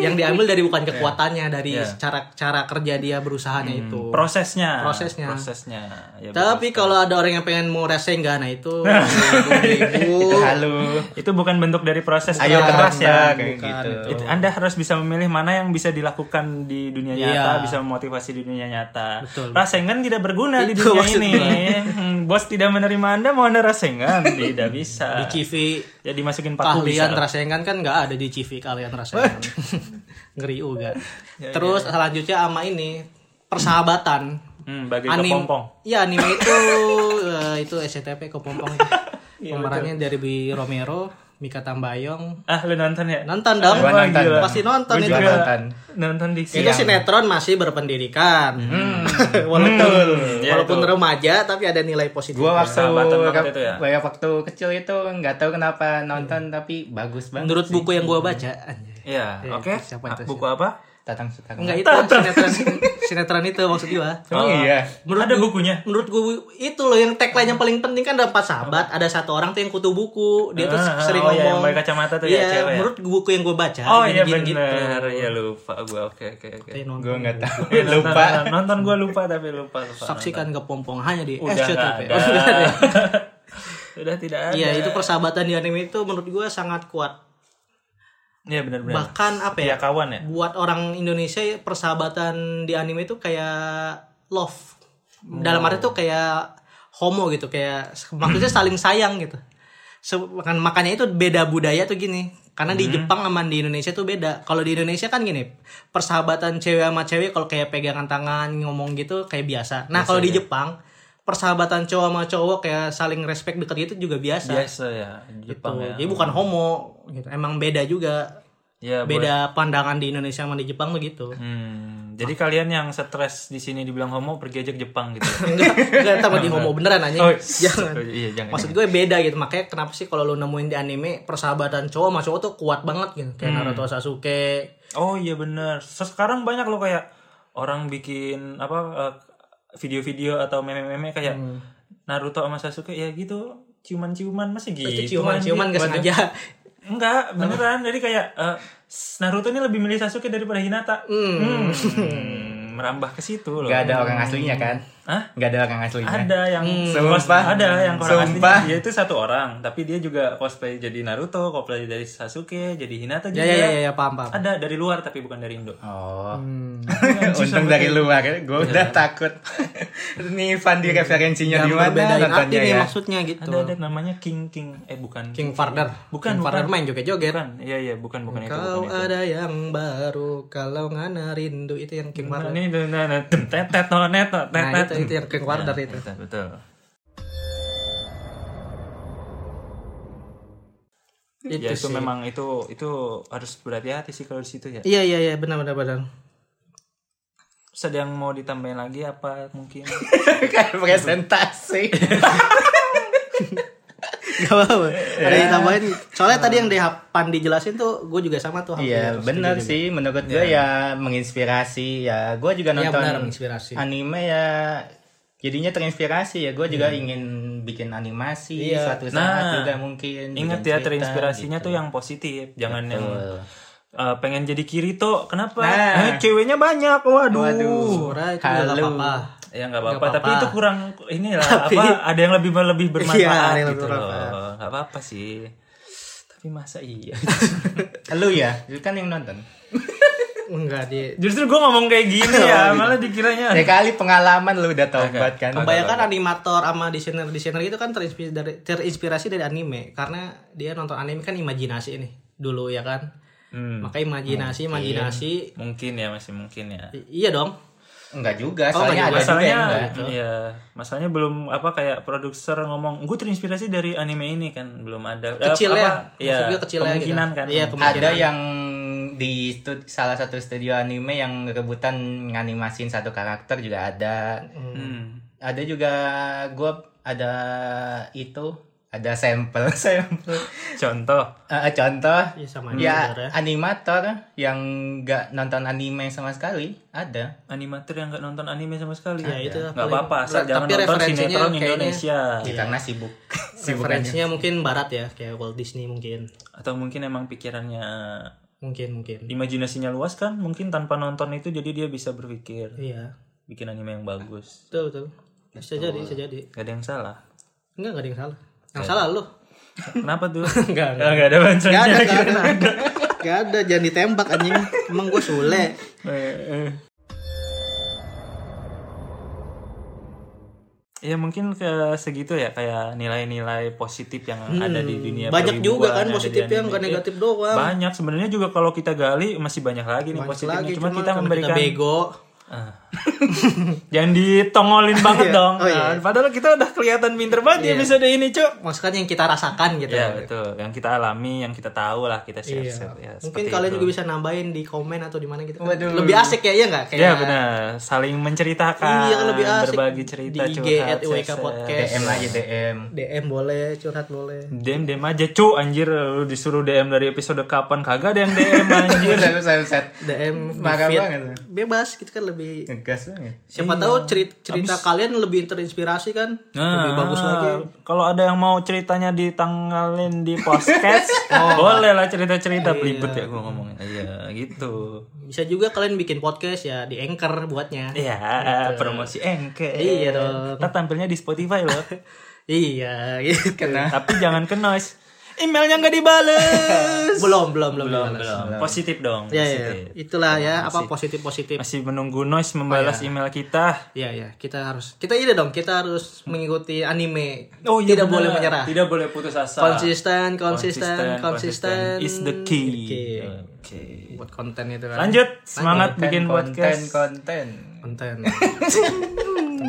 [SPEAKER 2] yang diambil dari
[SPEAKER 1] Ya.
[SPEAKER 2] bukan kekuatannya dari
[SPEAKER 1] Iya.
[SPEAKER 2] cara cara kerja dia berusahanya
[SPEAKER 1] Hmm,
[SPEAKER 2] itu
[SPEAKER 1] Prosesnya.
[SPEAKER 2] Prosesnya.
[SPEAKER 1] Prosesnya. Ya,
[SPEAKER 2] tapi kalau ada orang yang pengen mau rese enggak nah itu itu
[SPEAKER 3] Halo.
[SPEAKER 1] betul. itu bukan bentuk dari proses
[SPEAKER 3] Ayo
[SPEAKER 1] kerja
[SPEAKER 3] keras ya kayak
[SPEAKER 2] bukan
[SPEAKER 3] gitu.
[SPEAKER 2] itu.
[SPEAKER 1] Itu- Anda harus bisa memilih mana yang bisa dilakukan di dunia
[SPEAKER 2] Iya.
[SPEAKER 1] nyata, bisa memotivasi di dunia nyata.
[SPEAKER 2] Betul.
[SPEAKER 1] Rasengan tidak berguna di
[SPEAKER 2] Itu
[SPEAKER 1] dunia
[SPEAKER 2] maksud
[SPEAKER 1] ini. Hmm, Bos tidak menerima Anda mau Anda rasengan, tidak
[SPEAKER 2] di
[SPEAKER 1] bisa.
[SPEAKER 2] CV
[SPEAKER 1] Jadi masukin paku bisa.
[SPEAKER 2] keahlian rasengan kan nggak ada di CV keahlian rasengan ngeri juga terus selanjutnya ama ini persahabatan
[SPEAKER 1] Hmm, bagi
[SPEAKER 2] Anim-
[SPEAKER 1] kepompong.
[SPEAKER 2] Iya anime itu eh, itu SCTP kepompong. Pemerannya dari Bi Romero, Mika Tambayong.
[SPEAKER 1] Ah, lu nonton ya?
[SPEAKER 2] Nonton dong.
[SPEAKER 3] Gua nonton.
[SPEAKER 1] gila.
[SPEAKER 2] Pasti nonton itu.
[SPEAKER 1] Iya. Gua
[SPEAKER 2] kan.
[SPEAKER 1] juga
[SPEAKER 3] nonton.
[SPEAKER 1] Nonton di
[SPEAKER 2] Itu
[SPEAKER 1] siang.
[SPEAKER 2] sinetron masih berpendidikan. walaupun
[SPEAKER 1] ya
[SPEAKER 2] walaupun
[SPEAKER 1] itu.
[SPEAKER 2] remaja tapi ada nilai positif.
[SPEAKER 3] Gua waktu
[SPEAKER 1] Persahabatan banget itu ya.
[SPEAKER 3] gua waktu kecil itu nggak tahu kenapa nonton tapi bagus banget.
[SPEAKER 2] Menurut buku yang gua baca anjay.
[SPEAKER 1] Iya,
[SPEAKER 2] Iya,
[SPEAKER 1] oke.
[SPEAKER 2] itu siapa itu
[SPEAKER 1] Ah, Buku apa?
[SPEAKER 3] Tatang Sutar.
[SPEAKER 2] Enggak iya. itu sinetron sinetron itu maksud gua.
[SPEAKER 3] Emang iya.
[SPEAKER 2] Oh, Menurut
[SPEAKER 1] Ada
[SPEAKER 2] gua-
[SPEAKER 1] bukunya?
[SPEAKER 2] Menurut gue itu loh yang tagline yang paling penting kan ada empat sahabat, ada satu orang tuh yang kutu buku. Dia tuh
[SPEAKER 1] Ah,
[SPEAKER 2] sering
[SPEAKER 1] oh
[SPEAKER 2] ngomong.
[SPEAKER 1] iya, yang pakai kacamata tuh ya,
[SPEAKER 2] Iya,
[SPEAKER 1] cewek ya?
[SPEAKER 2] Menurut buku yang gue baca.
[SPEAKER 1] Oh iya
[SPEAKER 2] gini-gini
[SPEAKER 1] benar. Ya lupa gua. Oke, oke, oke.
[SPEAKER 2] Gitu.
[SPEAKER 3] Gua nggak tahu.
[SPEAKER 1] Eh, nonton,
[SPEAKER 3] Lupa.
[SPEAKER 1] nonton, nonton gua lupa tapi lupa lupa.
[SPEAKER 2] Saksikan kepompong hanya di
[SPEAKER 1] Udah nggak
[SPEAKER 2] SCTV.
[SPEAKER 1] ada.
[SPEAKER 2] Oh, udah ada.
[SPEAKER 1] Sudah tidak ada.
[SPEAKER 2] Iya itu persahabatan di anime itu menurut gue sangat kuat.
[SPEAKER 1] Iya benar-benar.
[SPEAKER 2] Bahkan apa ya?
[SPEAKER 1] Setia kawan ya?
[SPEAKER 2] Buat orang Indonesia persahabatan di anime itu kayak love. Dalam arti
[SPEAKER 1] Hmm.
[SPEAKER 2] tuh kayak homo gitu, kayak maksudnya saling sayang gitu. Se- makan- makanya itu beda budaya tuh gini. Karena
[SPEAKER 1] Hmm.
[SPEAKER 2] di Jepang sama di Indonesia tuh beda. Kalau di Indonesia kan gini, persahabatan cewek sama cewek kalau kayak pegangan tangan, ngomong gitu kayak biasa. Nah, kalau
[SPEAKER 1] iya.
[SPEAKER 2] di Jepang persahabatan cowok sama cowok kayak saling respect deket gitu juga biasa. iya.
[SPEAKER 1] Biasa ya, Jepang
[SPEAKER 2] Tuh,
[SPEAKER 1] ya.
[SPEAKER 2] Jadi bukan homo gitu. Emang beda juga
[SPEAKER 1] Ya, boleh.
[SPEAKER 2] beda pandangan di Indonesia sama di Jepang begitu.
[SPEAKER 1] Hmm, jadi kalian yang stres di sini dibilang homo pergi aja ke Jepang gitu.
[SPEAKER 2] Enggak, enggak ntar di homo beneran anjing.
[SPEAKER 1] Oh,
[SPEAKER 2] jangan.
[SPEAKER 1] oh, iya, jangan.
[SPEAKER 2] Maksud gue beda gitu. Makanya kenapa sih kalau lu nemuin di anime persahabatan cowok sama cowok tuh kuat banget gitu. Kayak
[SPEAKER 1] Hmm.
[SPEAKER 2] Naruto Sasuke.
[SPEAKER 1] Oh iya bener. Sekarang banyak loh kayak orang bikin apa eh, video-video atau meme-meme kayak
[SPEAKER 2] Hmm.
[SPEAKER 1] Naruto sama Sasuke ya gitu ciuman-ciuman masih gitu.
[SPEAKER 2] Itu ciuman-ciuman gak
[SPEAKER 1] anjing.
[SPEAKER 2] sengaja.
[SPEAKER 1] Enggak, beneran. Jadi kayak eh, Naruto ini lebih milih Sasuke daripada Hinata. Hmm. merambah ke situ loh.
[SPEAKER 3] Nggak ada orang aslinya kan?
[SPEAKER 1] Hah?
[SPEAKER 3] Nggak ada orang aslinya.
[SPEAKER 1] ada yang
[SPEAKER 2] Hmm.
[SPEAKER 3] Sumpah.
[SPEAKER 1] ada yang orang
[SPEAKER 3] Sumpah.
[SPEAKER 1] aslinya dia itu satu orang tapi dia juga cosplay jadi Naruto cosplay dari Sasuke jadi Hinata
[SPEAKER 2] Ya
[SPEAKER 1] juga
[SPEAKER 2] ya ya ya, ya paham paham.
[SPEAKER 1] ada dari luar tapi bukan dari Indo
[SPEAKER 3] Oh. Untung dari luar, gue udah takut. Nih Fandi referensinya di mana
[SPEAKER 2] Bedain arti
[SPEAKER 3] nontonnya
[SPEAKER 2] nih
[SPEAKER 3] ya?
[SPEAKER 2] maksudnya gitu.
[SPEAKER 1] ada ada namanya King King eh bukan
[SPEAKER 2] King Farder.
[SPEAKER 1] bukan
[SPEAKER 2] King Farder
[SPEAKER 1] bukan
[SPEAKER 2] main joget-joget.
[SPEAKER 1] bukan iya iya bukan bukan itu
[SPEAKER 2] Kau
[SPEAKER 1] bukan itu
[SPEAKER 2] ada yang baru kalau ngana rindu itu yang King Farder.
[SPEAKER 1] ini nah, nah, nah, tem- tet tet no net no, tet
[SPEAKER 2] Nah,
[SPEAKER 1] tet
[SPEAKER 2] itu itu yang King Farder itu.
[SPEAKER 1] Betul, betul
[SPEAKER 2] Itu
[SPEAKER 1] ya itu
[SPEAKER 2] sih.
[SPEAKER 1] memang itu itu harus berhati-hati sih kalau di situ ya
[SPEAKER 2] Iya iya iya benar benar benar.
[SPEAKER 1] Terus ada yang mau ditambahin lagi apa mungkin
[SPEAKER 3] Kayak presentasi.
[SPEAKER 2] Gak apa-apa. Ada yang tambahin. Soalnya tadi yang deh Pandi jelasin tuh gue juga sama tuh. hampir.
[SPEAKER 3] Iya benar sih menurut gue ya menginspirasi ya gue juga
[SPEAKER 2] Iya
[SPEAKER 3] nonton
[SPEAKER 2] benar menginspirasi.
[SPEAKER 3] anime ya jadinya terinspirasi ya gue juga ingin bikin animasi
[SPEAKER 2] Iya.
[SPEAKER 3] suatu saat
[SPEAKER 1] Nah,
[SPEAKER 3] juga mungkin
[SPEAKER 1] Ingat
[SPEAKER 3] bikin
[SPEAKER 1] ya
[SPEAKER 3] cerita,
[SPEAKER 1] terinspirasinya
[SPEAKER 3] gitu.
[SPEAKER 1] tuh yang positif, jangan yang
[SPEAKER 3] Betul.
[SPEAKER 1] eh, pengen jadi Kirito. Kenapa?
[SPEAKER 3] Nah.
[SPEAKER 1] Eh, ceweknya banyak. Waduh.
[SPEAKER 2] Sebenarnya Oh, itu gak
[SPEAKER 3] Halo.
[SPEAKER 2] apa-apa.
[SPEAKER 1] Ya nggak
[SPEAKER 2] Nggak
[SPEAKER 1] apa-apa, tapi
[SPEAKER 2] apa-apa.
[SPEAKER 1] itu kurang inilah
[SPEAKER 2] Tapi-
[SPEAKER 1] apa ada yang lebih lebih
[SPEAKER 2] Iya, ada yang
[SPEAKER 1] bermanfaat gitu
[SPEAKER 2] lebih
[SPEAKER 1] loh.
[SPEAKER 2] bermanfaat.
[SPEAKER 1] Nggak apa-apa sih. Tapi masa iya.
[SPEAKER 3] Lu ya, lu kan yang nonton.
[SPEAKER 2] Enggak dia.
[SPEAKER 1] Justru gue ngomong kayak gini
[SPEAKER 2] Oh, gitu.
[SPEAKER 1] ya, malah dikiranya
[SPEAKER 3] Ya kali pengalaman lu udah tobat kan.
[SPEAKER 2] Kebanyakan animator sama desainer desainer itu kan terinspirasi dari, terinspirasi dari anime karena dia nonton anime kan imajinasi nih dulu ya kan.
[SPEAKER 1] Hmm,
[SPEAKER 2] Maka imajinasi imajinasi
[SPEAKER 1] mungkin ya masih mungkin ya.
[SPEAKER 2] i- iya dong.
[SPEAKER 3] Enggak juga,
[SPEAKER 2] Oh,
[SPEAKER 3] soalnya ada
[SPEAKER 2] enggak
[SPEAKER 3] juga
[SPEAKER 1] masalahnya
[SPEAKER 3] yang enggak.
[SPEAKER 1] iya masalahnya belum apa kayak produser ngomong gue terinspirasi dari anime ini kan belum ada Eh,
[SPEAKER 2] Kecil ya.
[SPEAKER 1] apa,
[SPEAKER 2] Maksud
[SPEAKER 1] iya,
[SPEAKER 2] gue kecil ya
[SPEAKER 1] kemungkinan
[SPEAKER 2] gitu.
[SPEAKER 1] kan
[SPEAKER 2] Iya, kemungkinan.
[SPEAKER 3] Ada yang di stu- salah satu studio anime yang rebutan nganimasin satu karakter juga ada.
[SPEAKER 1] Hmm.
[SPEAKER 3] Ada juga gua ada itu, ada sampel, sampel.
[SPEAKER 1] contoh
[SPEAKER 3] Eh, contoh
[SPEAKER 2] Iya sama aja.
[SPEAKER 3] ya
[SPEAKER 2] sebenarnya.
[SPEAKER 3] animator yang nggak nonton anime sama sekali ada
[SPEAKER 1] animator yang nggak nonton anime sama sekali
[SPEAKER 2] Ya, itu
[SPEAKER 1] nggak
[SPEAKER 2] paling-
[SPEAKER 1] apa-apa asal
[SPEAKER 2] Tapi
[SPEAKER 1] jangan nonton
[SPEAKER 2] referensinya
[SPEAKER 1] sinetron
[SPEAKER 2] kayaknya-
[SPEAKER 1] Indonesia
[SPEAKER 2] Iya.
[SPEAKER 3] Ya, karena sibuk sibukannya
[SPEAKER 2] Referensinya mungkin barat ya kayak Walt Disney mungkin.
[SPEAKER 1] atau mungkin emang pikirannya eh,
[SPEAKER 2] Mungkin mungkin.
[SPEAKER 1] imajinasinya luas kan mungkin tanpa nonton itu jadi dia bisa berpikir
[SPEAKER 2] Iya.
[SPEAKER 1] bikin anime yang bagus
[SPEAKER 2] Betul betul. Bisa jadi, bisa jadi.
[SPEAKER 1] gak ada yang salah
[SPEAKER 2] Enggak, enggak ada yang salah. Yang salah lu.
[SPEAKER 1] kenapa tuh Oh,
[SPEAKER 2] Enggak, enggak.
[SPEAKER 1] nggak ada bantuannya
[SPEAKER 2] Enggak ada, enggak ada. Enggak ada, jangan ditembak anjing. Emang gue sule.
[SPEAKER 1] Oh, iya, eh. Ya mungkin ke segitu ya kayak nilai-nilai positif yang ada di
[SPEAKER 2] Hmm,
[SPEAKER 1] dunia
[SPEAKER 2] Banyak
[SPEAKER 1] perwibuan,
[SPEAKER 2] juga kan
[SPEAKER 1] ada di
[SPEAKER 2] positifnya,
[SPEAKER 1] anime.
[SPEAKER 2] enggak
[SPEAKER 1] Iya,
[SPEAKER 2] negatif doang.
[SPEAKER 1] Banyak sebenarnya juga kalau kita gali masih banyak lagi nih positifnya.
[SPEAKER 2] Lagi
[SPEAKER 1] cuma, kita
[SPEAKER 2] karena
[SPEAKER 1] memberikan
[SPEAKER 2] bego.
[SPEAKER 1] Ah. Jangan ditongolin banget dong.
[SPEAKER 2] Oh, iya.
[SPEAKER 1] Nah, padahal kita udah kelihatan pinter banget di episode ini, Cuk.
[SPEAKER 2] Maksudnya yang kita rasakan gitu.
[SPEAKER 1] Ya, betul. Yang kita alami, yang kita tahu lah kita share-share ya.
[SPEAKER 2] Iya. Mungkin
[SPEAKER 1] seperti
[SPEAKER 2] kalian
[SPEAKER 1] itu.
[SPEAKER 2] juga bisa nambahin di komen atau di mana gitu. Lebih asik ya, iya enggak? Kayak
[SPEAKER 1] Ya benar, saling menceritakan,
[SPEAKER 2] Iya, kan lebih asik.
[SPEAKER 1] berbagi cerita
[SPEAKER 2] Di IG
[SPEAKER 1] curhat,
[SPEAKER 2] at IWK
[SPEAKER 1] share-share.
[SPEAKER 2] Podcast.
[SPEAKER 3] DM aja DM
[SPEAKER 2] DM boleh, curhat boleh.
[SPEAKER 1] DM DM aja cu anjir lu disuruh DM dari episode kapan kagak ada yang DM
[SPEAKER 2] Iya.
[SPEAKER 1] anjir.
[SPEAKER 3] set set set
[SPEAKER 2] DM di
[SPEAKER 3] Marah
[SPEAKER 2] feed.
[SPEAKER 3] banget.
[SPEAKER 2] Bebas gitu kan lebih
[SPEAKER 3] ngegas banget
[SPEAKER 2] siapa tahu
[SPEAKER 1] Iya.
[SPEAKER 2] cerita, cerita kalian lebih terinspirasi kan?
[SPEAKER 1] Nah.
[SPEAKER 2] lebih bagus lagi.
[SPEAKER 1] Kalau ada yang mau ceritanya ditanggalin di podcast,
[SPEAKER 2] Oh.
[SPEAKER 1] boleh lah
[SPEAKER 2] Iya.
[SPEAKER 1] cerita-cerita pelibet ya gua ngomongin. Iya, gitu.
[SPEAKER 2] Bisa juga kalian bikin podcast ya di Anchor buatnya.
[SPEAKER 1] Iya, promosi engke.
[SPEAKER 2] Gitu. Iya dong.
[SPEAKER 1] Kita tampilnya di Spotify loh.
[SPEAKER 2] Iya, gitu.
[SPEAKER 1] Tapi jangan ke noise. Emailnya nggak dibales.
[SPEAKER 2] belum, belum, belum, belum.
[SPEAKER 1] Positif dong.
[SPEAKER 2] Ya, ya,
[SPEAKER 1] positif.
[SPEAKER 2] itulah ya apa positif positif.
[SPEAKER 1] Masih menunggu noise
[SPEAKER 2] Oh,
[SPEAKER 1] membalas
[SPEAKER 2] iya.
[SPEAKER 1] email kita.
[SPEAKER 2] Ya, ya, kita harus kita ini dong, kita harus mengikuti anime.
[SPEAKER 1] iya,
[SPEAKER 2] tidak
[SPEAKER 1] benar.
[SPEAKER 2] boleh menyerah.
[SPEAKER 1] Tidak boleh putus asa.
[SPEAKER 2] Konsisten, konsisten, konsisten.
[SPEAKER 1] is the key.
[SPEAKER 2] Oke.
[SPEAKER 1] Oke.
[SPEAKER 2] Buat konten itu kan.
[SPEAKER 1] Lanjut, semangat bikin
[SPEAKER 3] konten
[SPEAKER 1] podcast.
[SPEAKER 3] konten
[SPEAKER 2] Konten.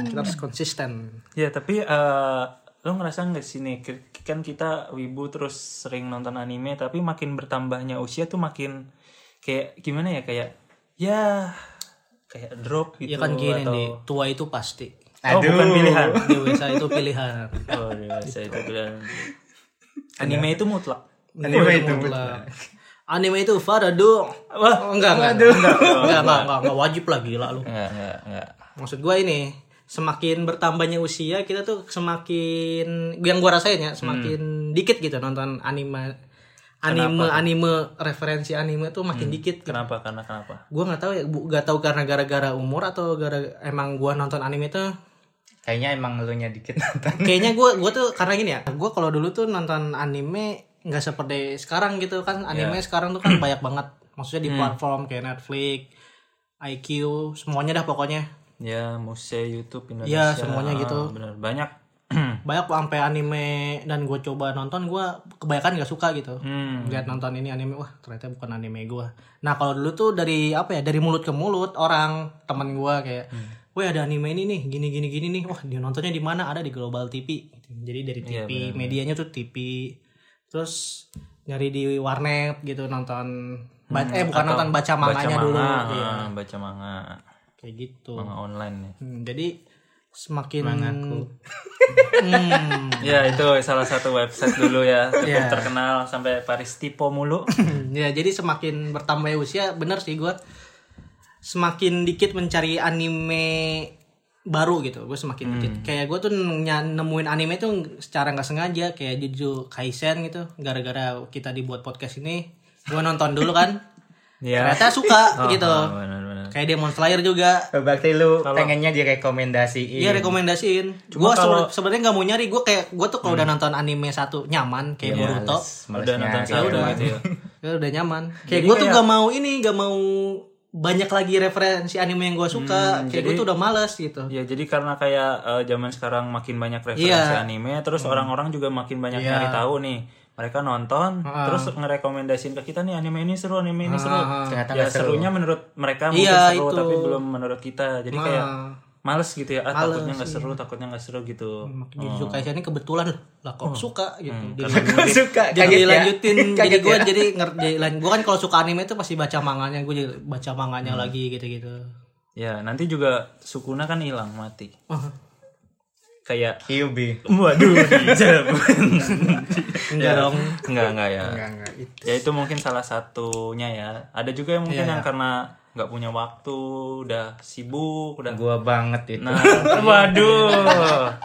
[SPEAKER 2] kita harus konsisten.
[SPEAKER 1] Ya, tapi eh, lo ngerasa nggak sih nih, k- kan kita wibu terus sering nonton anime, tapi makin bertambahnya usia tuh makin kayak gimana ya kayak ya kayak drop
[SPEAKER 2] Ya
[SPEAKER 1] gitu
[SPEAKER 2] kan gini
[SPEAKER 1] atau
[SPEAKER 2] nih, tua itu pasti.
[SPEAKER 1] oh bukan pilihan.
[SPEAKER 2] Dewasa itu pilihan.
[SPEAKER 1] Oh, dewasa itu pilihan. Anime itu mutlak.
[SPEAKER 3] anime itu
[SPEAKER 2] Mutlak. Anime itu faradu. Oh,
[SPEAKER 1] Wah,
[SPEAKER 2] enggak, enggak, enggak, enggak, enggak, enggak, enggak, enggak wajib lah gila lu.
[SPEAKER 1] enggak enggak enggak.
[SPEAKER 2] Maksud gua ini, semakin bertambahnya usia kita tuh semakin yang gua rasain ya,
[SPEAKER 3] Hmm.
[SPEAKER 2] semakin dikit gitu nonton anime anime anime referensi anime tuh makin
[SPEAKER 3] Hmm.
[SPEAKER 2] dikit. gitu.
[SPEAKER 1] Kenapa? Karena kenapa?
[SPEAKER 2] Gua nggak tahu ya, bu, nggak tahu karena gara-gara umur atau gara emang gua nonton anime tuh
[SPEAKER 3] kayaknya emang lu nya dikit nonton
[SPEAKER 2] kayaknya gue gue tuh karena gini ya gue kalau dulu tuh nonton anime nggak seperti sekarang gitu kan anime sekarang tuh kan banyak banget maksudnya di platform kayak Netflix IQ semuanya dah pokoknya
[SPEAKER 1] Ya, Muse YouTube
[SPEAKER 2] ya
[SPEAKER 1] Indonesia.
[SPEAKER 2] semuanya gitu
[SPEAKER 1] Benar, banyak.
[SPEAKER 2] banyak sampai anime dan gue coba nonton gue kebanyakan nggak suka gitu
[SPEAKER 1] Hmm.
[SPEAKER 2] lihat nonton ini anime wah ternyata bukan anime gue nah kalau dulu tuh dari apa ya dari mulut ke mulut orang temen gue kayak
[SPEAKER 1] Hmm.
[SPEAKER 2] Weh ada anime ini nih gini gini gini nih wah dia nontonnya di mana ada di global tv gitu. jadi dari
[SPEAKER 1] Iya,
[SPEAKER 2] tv medianya tuh tv terus nyari di warnet gitu nonton ba- eh bukan nonton baca manganya
[SPEAKER 1] Hmm, baca
[SPEAKER 2] dulu
[SPEAKER 1] manga,
[SPEAKER 2] Iya,
[SPEAKER 1] ah, baca manga,
[SPEAKER 2] kayak gitu
[SPEAKER 1] manga online ya.
[SPEAKER 2] Hmm, jadi semakin
[SPEAKER 3] Mangaku.
[SPEAKER 2] Hmm.
[SPEAKER 1] Ya itu salah satu website dulu ya cukup
[SPEAKER 2] Iya.
[SPEAKER 1] terkenal sampai Paris Tipo mulu.
[SPEAKER 2] ya jadi semakin bertambahnya usia bener sih gue semakin dikit mencari anime baru gitu gue semakin
[SPEAKER 1] Hmm.
[SPEAKER 2] dikit kayak gue tuh ny- nemuin anime tuh secara nggak sengaja kayak Jujutsu Kaisen gitu gara-gara kita dibuat podcast ini gue nonton dulu kan
[SPEAKER 1] Iya.
[SPEAKER 2] ternyata suka
[SPEAKER 1] Oh,
[SPEAKER 2] gitu
[SPEAKER 1] oh, benar-benar.
[SPEAKER 2] kayak Demon Slayer juga
[SPEAKER 3] Oh, Berarti lu
[SPEAKER 1] Kalau-
[SPEAKER 3] pengennya direkomendasiin.
[SPEAKER 2] Iya rekomendasiin. Gue
[SPEAKER 1] Cuma kalau- Hmm.
[SPEAKER 2] sebenarnya nggak mau nyari. Gue kayak gue tuh kalau udah nonton anime satu nyaman
[SPEAKER 1] Iya,
[SPEAKER 2] kayak Boruto,
[SPEAKER 1] Udah nonton satu gitu ya.
[SPEAKER 2] Ya udah nyaman.
[SPEAKER 1] Jadi
[SPEAKER 2] Kayak gue tuh
[SPEAKER 1] kayak-
[SPEAKER 2] gak mau ini, gak mau banyak lagi referensi anime yang gue suka.
[SPEAKER 1] Hmm,
[SPEAKER 2] kayak
[SPEAKER 1] jadi-
[SPEAKER 2] gue tuh udah males gitu.
[SPEAKER 1] Ya jadi karena kayak eh, zaman sekarang makin banyak referensi
[SPEAKER 2] Iya.
[SPEAKER 1] anime, terus orang-orang juga makin banyak
[SPEAKER 2] Iya.
[SPEAKER 1] nyari tahu nih. Mereka nonton, terus ngerekomendasiin ke kita nih anime ini seru, anime ini seru.
[SPEAKER 3] Ternyata
[SPEAKER 1] Ya
[SPEAKER 3] nggak seru.
[SPEAKER 1] serunya menurut mereka mungkin
[SPEAKER 2] Iya,
[SPEAKER 1] seru
[SPEAKER 2] itu.
[SPEAKER 1] tapi belum menurut kita. Jadi kayak males gitu ya, ah, takutnya nggak seru, takutnya nggak seru gitu.
[SPEAKER 2] Jadi suka ini kebetulan lah kok suka gitu. Jadi,
[SPEAKER 3] Gua suka
[SPEAKER 2] jadi
[SPEAKER 3] kaget ya.
[SPEAKER 2] lanjutin jadi gue jadi ngerti gue kan kalau suka anime tuh pasti baca manganya gue jadi baca manganya lagi gitu-gitu.
[SPEAKER 1] Ya nanti juga Sukuna kan hilang mati. Kayak
[SPEAKER 3] Kyubi.
[SPEAKER 1] Waduh, dijam.
[SPEAKER 2] Enggak dong.
[SPEAKER 1] enggak, enggak ya.
[SPEAKER 3] Enggak, enggak. Itu.
[SPEAKER 1] Ya itu mungkin salah satunya ya. Ada juga yang
[SPEAKER 2] Iya.
[SPEAKER 1] mungkin yang karena nggak punya waktu, udah sibuk, udah
[SPEAKER 3] Gua banget itu.
[SPEAKER 1] Nah, waduh.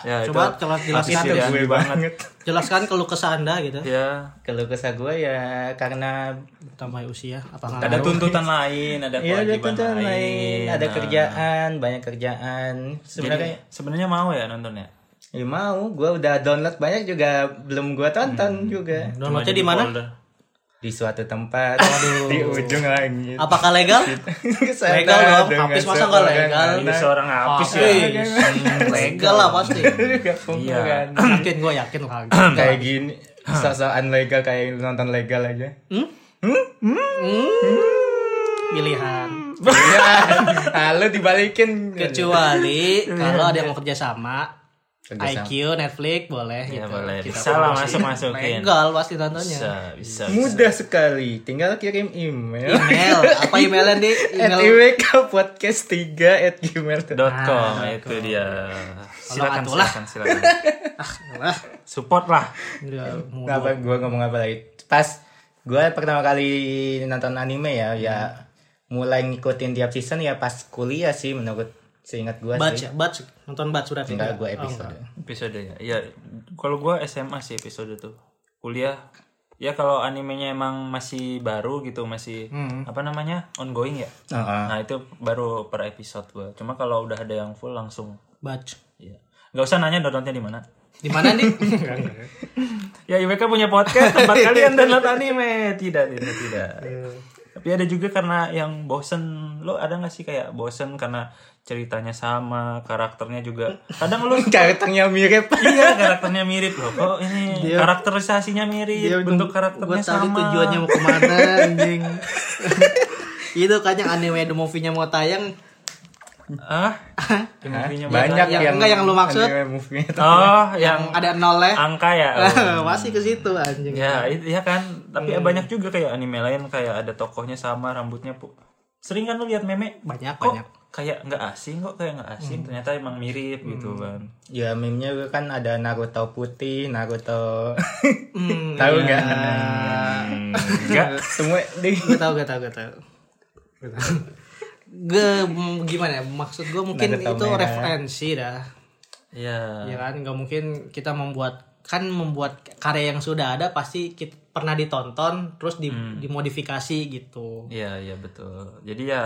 [SPEAKER 1] ya itu.
[SPEAKER 2] Coba kalau
[SPEAKER 1] Habis
[SPEAKER 2] jelaskan
[SPEAKER 1] ya,
[SPEAKER 2] terus.
[SPEAKER 1] gue banget.
[SPEAKER 2] jelaskan kalau kesah anda gitu.
[SPEAKER 1] Ya,
[SPEAKER 3] Kalau kesah gua ya karena
[SPEAKER 2] Tambah usia apa nggak
[SPEAKER 1] ada
[SPEAKER 2] tahu.
[SPEAKER 1] tuntutan lain, ada
[SPEAKER 3] ya ada
[SPEAKER 1] kewajiban
[SPEAKER 3] tuntutan
[SPEAKER 1] lain.
[SPEAKER 3] lain, ada
[SPEAKER 1] Nah,
[SPEAKER 3] kerjaan, banyak kerjaan.
[SPEAKER 1] Jadi
[SPEAKER 3] Sebenarnya
[SPEAKER 1] sebenarnya mau ya nontonnya?
[SPEAKER 3] ya mau, gua udah download banyak juga belum gua
[SPEAKER 1] Hmm.
[SPEAKER 3] tonton juga.
[SPEAKER 2] Downloadnya
[SPEAKER 1] Cuma
[SPEAKER 2] di mana?
[SPEAKER 1] folder.
[SPEAKER 3] Di suatu tempat di ujung langit.
[SPEAKER 2] Apakah legal?
[SPEAKER 3] Kesana
[SPEAKER 2] Legal dong,
[SPEAKER 3] dengan
[SPEAKER 2] habis masa nggak
[SPEAKER 3] seorang
[SPEAKER 2] legal?
[SPEAKER 1] Ini
[SPEAKER 3] anak.
[SPEAKER 1] seorang habis ya.
[SPEAKER 2] Wih, legal lah pasti.
[SPEAKER 3] Gak
[SPEAKER 2] Iya.
[SPEAKER 3] pembukaan.
[SPEAKER 2] yakin gue yakin lah.
[SPEAKER 3] kayak gini sosokan legal kayak nonton legal aja
[SPEAKER 2] Pilihan.
[SPEAKER 3] iya nah, lu dibalikin
[SPEAKER 2] Kecuali
[SPEAKER 3] Iya,
[SPEAKER 2] kalau ada yang mau kerja sama,
[SPEAKER 3] Kerja sama. Iya.
[SPEAKER 2] IQ, Netflix boleh.
[SPEAKER 1] Ya
[SPEAKER 2] gitu.
[SPEAKER 1] boleh.
[SPEAKER 2] Kita
[SPEAKER 1] Bisa lah
[SPEAKER 2] promosi.
[SPEAKER 1] masuk masukin.
[SPEAKER 2] Legal pasti nontonnya.
[SPEAKER 1] Bisa, bisa. bisa.
[SPEAKER 3] mudah sekali tinggal kirim email
[SPEAKER 2] Email, apa emailnya di
[SPEAKER 3] at
[SPEAKER 2] Iya. email?
[SPEAKER 3] iwk podcast 3 at gmail
[SPEAKER 1] dot com itu dia silakan
[SPEAKER 2] atuh lah.
[SPEAKER 1] silakan silakan
[SPEAKER 2] Wah,
[SPEAKER 1] support lah
[SPEAKER 2] nggak mau.
[SPEAKER 3] apa gue ngomong apa lagi pas gue pertama kali nonton anime ya ya mulai ngikutin tiap season ya pas kuliah sih menurut seingat gue sih
[SPEAKER 2] Batch ya, batch. Nonton batch Oh, sudah
[SPEAKER 3] enggak gue episode
[SPEAKER 1] episode ya ya kalau gua SMA sih episode tuh kuliah ya kalau animenya emang masih baru gitu masih apa namanya ongoing ya
[SPEAKER 3] Heeh.
[SPEAKER 1] nah itu baru per episode gua cuma kalau udah ada yang full langsung
[SPEAKER 2] Batch.
[SPEAKER 1] ya nggak usah nanya downloadnya di mana
[SPEAKER 2] Di mana nih?
[SPEAKER 1] ya IWK punya podcast tempat kalian download anime tidak tidak tidak
[SPEAKER 2] Iya.
[SPEAKER 1] tapi ada juga karena yang bosen lo ada nggak sih kayak bosen karena ceritanya sama karakternya juga kadang lo
[SPEAKER 3] karakternya mirip
[SPEAKER 1] iya karakternya mirip loh kok ini karakterisasinya mirip bentuk
[SPEAKER 2] Gue
[SPEAKER 1] karakternya
[SPEAKER 2] tadi
[SPEAKER 1] sama
[SPEAKER 2] tujuannya mau kemana anjing. itu kan yang anime the movie-nya mau tayang
[SPEAKER 1] ah
[SPEAKER 3] Iya,
[SPEAKER 1] Yang movie-nya
[SPEAKER 3] banyak
[SPEAKER 2] Yang-
[SPEAKER 3] yang,
[SPEAKER 2] enggak, yang lu maksud?
[SPEAKER 3] anime movie
[SPEAKER 1] banyak. oh yang
[SPEAKER 2] ada nolnya
[SPEAKER 1] angka ya oh.
[SPEAKER 2] masih ke situ anjing
[SPEAKER 1] ya itu ya kan tapi
[SPEAKER 2] Hmm.
[SPEAKER 1] banyak juga kayak anime lain kayak ada tokohnya sama rambutnya pu sering kan lo lihat meme
[SPEAKER 2] banyak
[SPEAKER 1] kok
[SPEAKER 2] banyak Hmm.
[SPEAKER 1] kayak nggak asing kok kayak nggak asing ternyata emang mirip gitu kan
[SPEAKER 3] Ya meme-nya kan ada Naruto putih, Naruto Iya.
[SPEAKER 2] hmm,
[SPEAKER 3] tahu nggak?
[SPEAKER 1] enggak
[SPEAKER 3] Semua di
[SPEAKER 2] gue tau gue tau gue tau gue gimana ya maksud gue mungkin
[SPEAKER 3] Nugget
[SPEAKER 2] itu
[SPEAKER 3] merah.
[SPEAKER 2] referensi dah
[SPEAKER 1] ya
[SPEAKER 2] ya kan nggak mungkin kita membuat kan membuat karya yang sudah ada pasti kita, pernah ditonton terus di- dimodifikasi gitu
[SPEAKER 1] ya ya betul jadi ya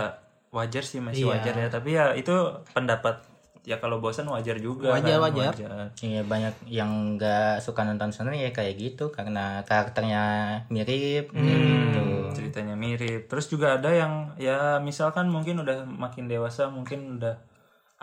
[SPEAKER 1] wajar sih masih
[SPEAKER 2] Iya.
[SPEAKER 1] wajar ya tapi ya itu pendapat ya kalau bosan wajar juga
[SPEAKER 2] Wajar,
[SPEAKER 1] kan,
[SPEAKER 2] wajar.
[SPEAKER 3] Iya banyak yang nggak suka nonton sana ya kayak gitu karena karakternya mirip kayak gitu.
[SPEAKER 1] Hmm, ceritanya mirip terus juga ada yang ya misalkan mungkin udah makin dewasa mungkin udah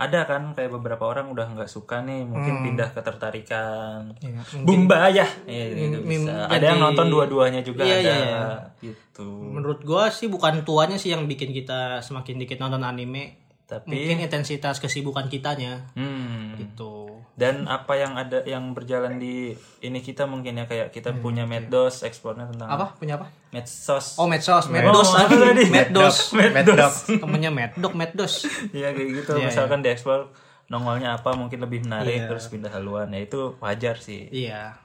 [SPEAKER 1] ada kan kayak beberapa orang udah nggak suka nih
[SPEAKER 2] Hmm.
[SPEAKER 1] mungkin pindah ketertarikan
[SPEAKER 2] Iya,
[SPEAKER 1] bumba ya itu
[SPEAKER 2] mim-
[SPEAKER 1] bisa. ada
[SPEAKER 2] ganti-
[SPEAKER 1] yang nonton dua-duanya juga
[SPEAKER 2] Iya,
[SPEAKER 1] ada
[SPEAKER 2] iya, iya.
[SPEAKER 1] gitu
[SPEAKER 2] menurut gue sih bukan tuanya sih yang bikin kita semakin dikit nonton anime
[SPEAKER 1] tapi
[SPEAKER 2] mungkin intensitas kesibukan kitanya
[SPEAKER 1] hmm,
[SPEAKER 2] gitu
[SPEAKER 1] dan apa yang ada yang berjalan di ini kita mungkin ya kayak kita punya medsos ekspornya tentang
[SPEAKER 2] Hmm, iya. apa punya apa
[SPEAKER 1] medsos
[SPEAKER 2] oh medsos meddos
[SPEAKER 1] Hmm. Oh, apa tadi?
[SPEAKER 2] meddos
[SPEAKER 1] medsos
[SPEAKER 3] Mad Dog.
[SPEAKER 2] temennya meddok meddos Iya,
[SPEAKER 1] Iya kayak gitu misalkan diekspor nongolnya apa mungkin lebih menarik terus pindah haluan ya itu wajar sih
[SPEAKER 2] Iya,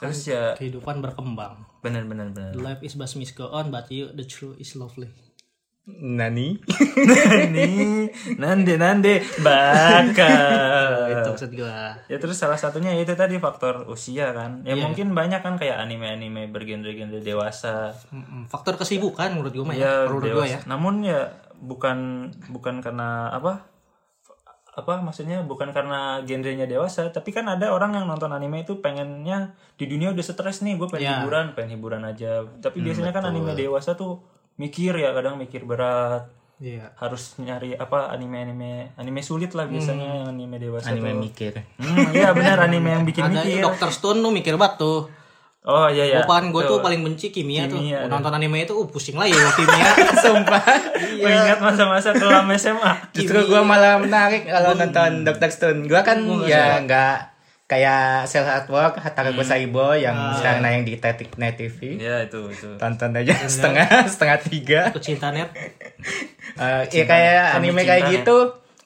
[SPEAKER 1] terus ya
[SPEAKER 2] kehidupan berkembang.
[SPEAKER 1] bener bener bener
[SPEAKER 2] Life is but must go on, but you the true is lovely.
[SPEAKER 3] Nani?
[SPEAKER 1] nih nande nande bakal
[SPEAKER 2] Itu maksud gua.
[SPEAKER 1] ya terus salah satunya ya itu tadi faktor usia kan
[SPEAKER 2] Iya.
[SPEAKER 1] ya mungkin banyak kan kayak anime-anime bergenre-genre dewasa
[SPEAKER 2] Mm-mm. Faktor kesibukan menurut gua mah ya.
[SPEAKER 1] ya
[SPEAKER 2] Menurut gua
[SPEAKER 1] dewasa.
[SPEAKER 2] ya.
[SPEAKER 1] namun ya bukan bukan karena apa apa maksudnya bukan karena genrenya dewasa tapi kan ada orang yang nonton anime itu pengennya di dunia udah stres nih gue pengen hiburan pengen hiburan aja tapi biasanya kan anime dewasa tuh mikir ya kadang mikir berat
[SPEAKER 2] Iya.
[SPEAKER 1] harus nyari apa anime anime anime sulit lah biasanya yang anime dewasa
[SPEAKER 3] Anime
[SPEAKER 1] tuh.
[SPEAKER 3] mikir.
[SPEAKER 1] Hmm, iya benar anime yang bikin
[SPEAKER 2] Ada
[SPEAKER 1] mikir
[SPEAKER 2] Dr. Stone lu mikir banget tuh.
[SPEAKER 1] oh iya iya
[SPEAKER 2] Apaan gua tuh paling benci kimia,
[SPEAKER 1] Kimia,
[SPEAKER 2] tuh. Nonton anime itu uh, pusing lah ya kimia. Sumpah.
[SPEAKER 1] Gua ingat masa-masa kelam SMA
[SPEAKER 3] Justru gue malah menarik kalau nonton Dr. Stone. Gue kan ya nggak kayak Cell at Work, Hataraku Saibo yang
[SPEAKER 2] Ah.
[SPEAKER 3] sekarang nayang di Tetik Net TV.
[SPEAKER 1] ya itu itu
[SPEAKER 3] Tonton aja setengah setengah tiga.
[SPEAKER 2] Kecinta net.
[SPEAKER 3] Eh, ya kayak
[SPEAKER 1] kami
[SPEAKER 3] anime
[SPEAKER 1] cinta
[SPEAKER 3] kayak
[SPEAKER 1] net.
[SPEAKER 3] gitu.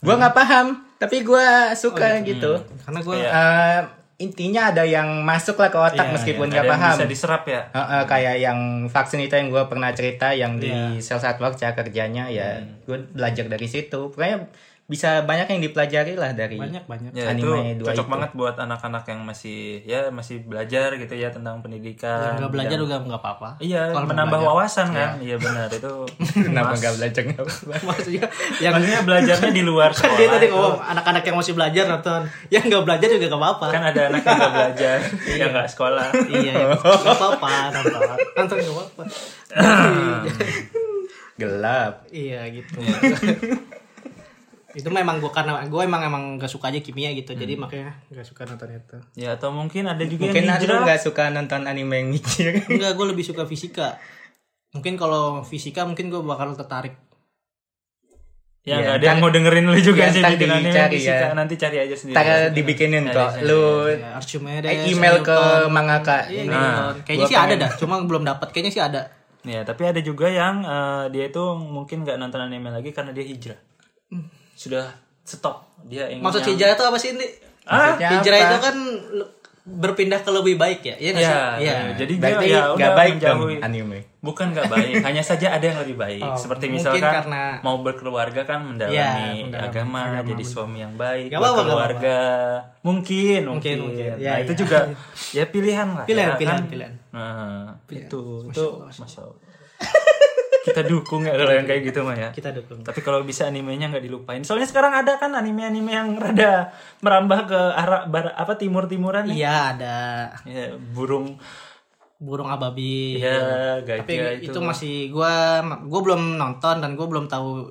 [SPEAKER 3] Gue nggak paham, tapi gue suka gitu.
[SPEAKER 2] Karena Hmm. gua
[SPEAKER 1] Iya.
[SPEAKER 3] Eh, intinya ada yang masuk lah ke otak
[SPEAKER 2] Iya,
[SPEAKER 3] meskipun
[SPEAKER 1] Ada
[SPEAKER 3] nggak
[SPEAKER 1] yang
[SPEAKER 3] paham.
[SPEAKER 1] bisa diserap ya
[SPEAKER 3] Eh, eh, kayak yang vaksin itu yang gue pernah cerita yang di sales at work cara kerjanya ya gue belajar dari situ pokoknya bisa banyak yang dipelajari lah dari
[SPEAKER 2] banyak banyak.
[SPEAKER 1] ya
[SPEAKER 3] Anime
[SPEAKER 1] itu
[SPEAKER 3] dua
[SPEAKER 1] cocok
[SPEAKER 3] itu.
[SPEAKER 1] banget buat anak-anak yang masih ya masih belajar gitu ya tentang
[SPEAKER 2] Enggak
[SPEAKER 1] pendidikan
[SPEAKER 2] Iya, belajar
[SPEAKER 1] Dan-
[SPEAKER 2] juga enggak apa-apa.
[SPEAKER 1] iya
[SPEAKER 2] Kalau
[SPEAKER 1] menambah
[SPEAKER 2] belajar.
[SPEAKER 1] wawasan kan iya benar itu
[SPEAKER 3] kenapa
[SPEAKER 1] Mas-
[SPEAKER 3] nggak belajar nggak apa-apa.
[SPEAKER 2] Maksudnya yang
[SPEAKER 1] maksudnya ya, belajarnya di luar
[SPEAKER 2] kan
[SPEAKER 1] sekolah
[SPEAKER 2] dia tadi
[SPEAKER 1] itu.
[SPEAKER 2] ngomong anak-anak yang masih belajar nonton, yang nggak belajar juga nggak apa-apa.
[SPEAKER 1] kan ada anak yang nggak belajar yang nggak sekolah
[SPEAKER 2] iya, iya. nggak apa-apa, nonton, nonton nggak apa-apa.
[SPEAKER 3] gelap
[SPEAKER 2] iya gitu. itu memang gue karena gue emang emang gak suka aja kimia gitu, jadi makanya gak suka nonton itu.
[SPEAKER 1] ya atau mungkin ada juga
[SPEAKER 3] mungkin
[SPEAKER 1] yang
[SPEAKER 3] lu
[SPEAKER 1] Ya, hijrah
[SPEAKER 3] nggak suka nonton anime yang mikir
[SPEAKER 2] Enggak, gue lebih suka fisika. Mungkin kalau fisika mungkin gue bakal tertarik.
[SPEAKER 3] Iya,
[SPEAKER 1] ya nggak ada yang
[SPEAKER 3] ntar-
[SPEAKER 1] mau dengerin lu juga
[SPEAKER 3] iya,
[SPEAKER 1] sih
[SPEAKER 3] ntar
[SPEAKER 1] dengan
[SPEAKER 3] dicari ya.
[SPEAKER 1] fisika nanti cari aja sendiri
[SPEAKER 3] tak dibikinin kok lu
[SPEAKER 2] Ya, Archimedes.
[SPEAKER 3] eh, email ke
[SPEAKER 2] Newton.
[SPEAKER 3] mangaka
[SPEAKER 2] Iya,
[SPEAKER 3] ini
[SPEAKER 2] Newton. Kayaknya
[SPEAKER 3] Gua
[SPEAKER 2] sih ada
[SPEAKER 3] pengen-
[SPEAKER 2] dah, cuma belum dapat. Kayaknya sih ada.
[SPEAKER 1] ya tapi ada juga yang eh, dia itu mungkin nggak nonton anime lagi karena dia hijrah sudah stop dia ingin
[SPEAKER 2] Maksud
[SPEAKER 1] yang-
[SPEAKER 2] hijrah itu apa sih ini?
[SPEAKER 1] Ah,
[SPEAKER 3] Maksudnya
[SPEAKER 2] hijrah
[SPEAKER 3] apa?
[SPEAKER 2] itu kan le- berpindah ke lebih baik ya? Iya nggak
[SPEAKER 1] ya,
[SPEAKER 2] sih? Iya.
[SPEAKER 1] ya. jadi dia
[SPEAKER 3] berarti
[SPEAKER 1] ya udah
[SPEAKER 3] nggak baik dong
[SPEAKER 1] menjauhi.
[SPEAKER 3] anime
[SPEAKER 1] Bukan nggak baik, hanya saja ada yang lebih baik.
[SPEAKER 2] Oh,
[SPEAKER 1] Seperti
[SPEAKER 2] mungkin
[SPEAKER 1] misalkan
[SPEAKER 2] karena-
[SPEAKER 1] mau berkeluarga kan mendalami
[SPEAKER 2] Ya, mendalami
[SPEAKER 1] agama, jadi suami yang baik,
[SPEAKER 2] Nggak apa-apa,
[SPEAKER 1] berkeluarga. Mungkin, mungkin,
[SPEAKER 2] Mungkin, mungkin. Ya, ya.
[SPEAKER 1] nah, itu juga ya pilihan lah.
[SPEAKER 2] Pilihan,
[SPEAKER 1] ya,
[SPEAKER 2] pilihan,
[SPEAKER 1] kan?
[SPEAKER 2] pilihan.
[SPEAKER 1] Nah, itu itu masya Allah. Kita dukung ya kalau yang kayak gitu mah ya.
[SPEAKER 2] Kita dukung.
[SPEAKER 1] Tapi kalau bisa animenya nggak dilupain. Soalnya sekarang ada kan anime-anime yang rada merambah ke arah barat apa timur-timuran ya.
[SPEAKER 2] Iya ada
[SPEAKER 1] Ya, burung
[SPEAKER 2] burung ababi.
[SPEAKER 1] ya
[SPEAKER 2] Iya.
[SPEAKER 1] gajah
[SPEAKER 2] Tapi itu.
[SPEAKER 1] itu.
[SPEAKER 2] masih gua gua belum nonton dan gua belum tahu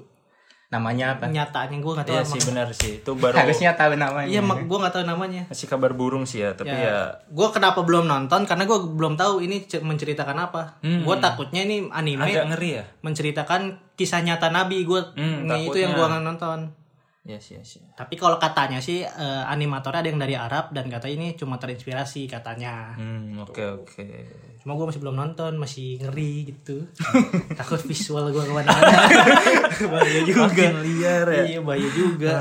[SPEAKER 3] namanya apa
[SPEAKER 2] nyatanya gua nggak tahu.
[SPEAKER 1] Iya
[SPEAKER 2] emang.
[SPEAKER 1] sih benar sih. Itu baru
[SPEAKER 3] harusnya tahu namanya
[SPEAKER 2] Iya, mak gua nggak tahu namanya.
[SPEAKER 1] masih kabar burung sih ya, tapi ya,
[SPEAKER 2] Gue kenapa belum nonton? Karena gue belum tahu ini ce- menceritakan apa. Gue takutnya ini anime
[SPEAKER 1] Hmm, agak ngeri ya.
[SPEAKER 2] menceritakan kisah nyata Nabi. Gue
[SPEAKER 1] Hmm,
[SPEAKER 2] itu yang gue
[SPEAKER 1] takutnya.
[SPEAKER 2] nonton.
[SPEAKER 1] Yes, yes, yes.
[SPEAKER 2] Tapi kalau katanya sih eh, animatornya ada yang dari Arab dan kata ini cuma terinspirasi katanya.
[SPEAKER 1] Hmm, oke oke.
[SPEAKER 2] Cuma gue masih belum nonton, masih ngeri gitu. Takut visual gue kemana-mana. bahaya juga.
[SPEAKER 1] liar ya.
[SPEAKER 2] Iya, bahaya juga.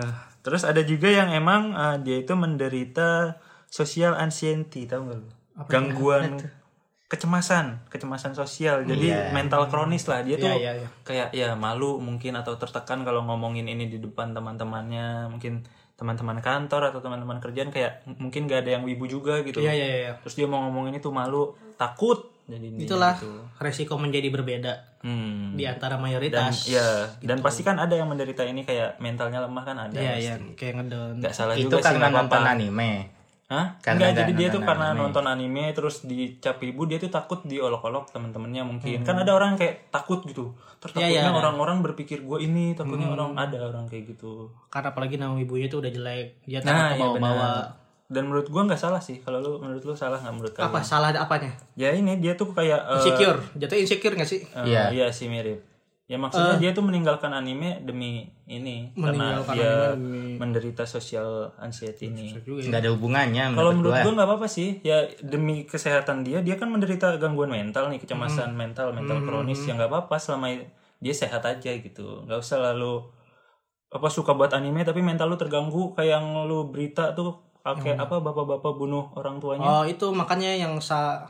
[SPEAKER 1] Eh, terus ada juga yang emang eh, dia itu menderita social anxiety, tau gak lu? Gangguan kecemasan, kecemasan sosial. Jadi mental kronis lah dia tuh
[SPEAKER 2] iya, iya.
[SPEAKER 1] kayak ya malu mungkin atau tertekan kalau ngomongin ini di depan teman-temannya, mungkin teman-teman kantor atau teman-teman kerjaan kayak m- mungkin gak ada yang wibu juga gitu.
[SPEAKER 2] Iya, iya, iya.
[SPEAKER 1] Terus dia mau ngomongin itu malu, takut jadi ini,
[SPEAKER 2] Itulah
[SPEAKER 1] gitu.
[SPEAKER 2] Iya, resiko menjadi berbeda
[SPEAKER 1] Hmm.
[SPEAKER 2] di antara
[SPEAKER 1] Dan
[SPEAKER 2] mayoritas.
[SPEAKER 1] ya, dan pasti kan ada yang menderita ini kayak mentalnya lemah kan ada.
[SPEAKER 2] Iya, iya, kayak ngedown.
[SPEAKER 1] nggak salah
[SPEAKER 3] itu
[SPEAKER 1] juga sih
[SPEAKER 3] karena
[SPEAKER 1] nggak apa-apa.
[SPEAKER 3] nonton anime
[SPEAKER 1] Hah?
[SPEAKER 3] Karena
[SPEAKER 1] Nggak,
[SPEAKER 3] ada
[SPEAKER 1] jadi dia
[SPEAKER 3] nonton
[SPEAKER 1] tuh karena
[SPEAKER 3] anime.
[SPEAKER 1] nonton anime terus dicap ibu dia tuh takut diolok-olok teman-temannya mungkin kan ada orang yang kayak takut gitu terus takutnya orang-orang berpikir gue ini takutnya orang ada orang kayak gitu
[SPEAKER 2] karena apalagi nama ibunya tuh udah jelek dia takut Nah,
[SPEAKER 1] iya
[SPEAKER 2] bawa bawa
[SPEAKER 1] dan menurut gue nggak salah sih kalau lu menurut lu salah nggak menurut kamu
[SPEAKER 2] apa salah apanya
[SPEAKER 1] ya ini dia tuh kayak iya. eh,
[SPEAKER 2] insecure jatuh insecure gak sih
[SPEAKER 1] eh,
[SPEAKER 3] Iya.
[SPEAKER 1] iya sih mirip ya maksudnya dia tuh meninggalkan anime demi ini
[SPEAKER 2] Eh.
[SPEAKER 1] karena
[SPEAKER 2] Meninggalkan
[SPEAKER 1] dia
[SPEAKER 2] anime demi-
[SPEAKER 1] menderita social anxiety ini
[SPEAKER 2] juga ya.
[SPEAKER 3] nggak ada hubungannya
[SPEAKER 1] Kalau
[SPEAKER 3] menurut
[SPEAKER 1] menurut
[SPEAKER 3] gua
[SPEAKER 1] gue nggak apa-apa sih. Ya demi kesehatan dia, dia kan menderita gangguan mental
[SPEAKER 2] Hmm.
[SPEAKER 1] nih, kecemasan mental, mental kronis. Ya nggak apa-apa selama i- dia sehat aja gitu. Nggak usah lalu apa suka buat anime tapi mental lu terganggu kayak yang lu berita tuh pakai
[SPEAKER 2] Hmm.
[SPEAKER 1] apa bapak-bapak bunuh orang tuanya.
[SPEAKER 2] Oh itu makanya yang sa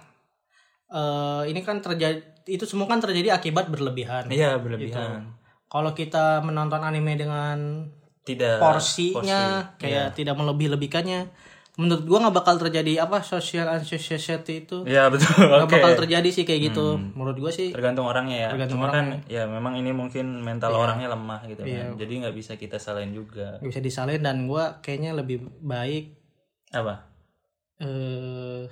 [SPEAKER 2] eh, ini kan terjadi itu semua kan terjadi akibat berlebihan.
[SPEAKER 1] Iya, berlebihan.
[SPEAKER 2] gitu. Kalau kita menonton anime dengan
[SPEAKER 1] Tidak
[SPEAKER 2] porsinya kayak
[SPEAKER 1] Iya.
[SPEAKER 2] tidak melebih-lebihkannya, menurut gua nggak bakal terjadi apa social anxiety itu
[SPEAKER 1] Iya, betul.
[SPEAKER 2] nggak
[SPEAKER 1] Oke. Hmm.
[SPEAKER 2] bakal terjadi sih kayak gitu. Menurut gua sih
[SPEAKER 1] Tergantung orangnya ya.
[SPEAKER 2] Tergantung Iya.
[SPEAKER 1] Cuma kan ya memang ini mungkin mental orangnya lemah gitu kan. Jadi nggak bisa kita salahin juga.
[SPEAKER 2] nggak bisa disalahin dan gua kayaknya lebih baik
[SPEAKER 1] Apa?
[SPEAKER 2] eh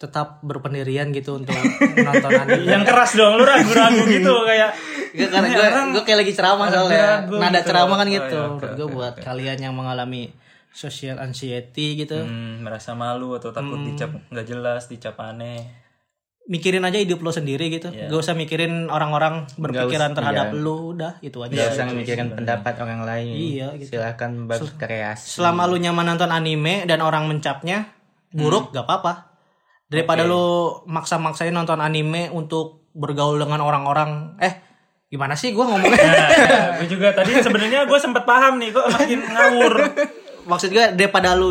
[SPEAKER 2] tetap berpendirian gitu untuk menonton anime.
[SPEAKER 1] Yang keras dong, lu ragu-ragu gitu kayak
[SPEAKER 2] Gak, karena gue, gue kayak lagi ceramah soalnya
[SPEAKER 1] ragu
[SPEAKER 2] Nada
[SPEAKER 1] gitu.
[SPEAKER 2] ceramah kan
[SPEAKER 1] Oh,
[SPEAKER 2] gitu
[SPEAKER 1] iya, oke,
[SPEAKER 2] Menurut gue buat kalian yang mengalami social anxiety gitu
[SPEAKER 1] hmm, merasa malu atau takut
[SPEAKER 2] Hmm.
[SPEAKER 1] dicap nggak jelas, dicap aneh.
[SPEAKER 2] Mikirin aja hidup lo sendiri gitu
[SPEAKER 1] Iya.
[SPEAKER 2] Gak usah mikirin orang-orang berpikiran terhadap lo Udah itu aja
[SPEAKER 1] Iya,
[SPEAKER 3] Gak usah memikirkan pendapat orang lain.
[SPEAKER 2] Iya, gitu.
[SPEAKER 3] Silahkan berkreasi.
[SPEAKER 1] Hmm.
[SPEAKER 2] Selama lu nyaman nonton anime dan orang mencapnya Buruk
[SPEAKER 1] Hmm.
[SPEAKER 2] gak apa-apa Daripada lu maksa-maksain nonton anime untuk bergaul dengan orang-orang Eh gimana sih gue ngomongnya
[SPEAKER 1] Nah, gue juga tadi sebenarnya gue sempet paham nih, kok makin ngawur.
[SPEAKER 2] maksud gue daripada lu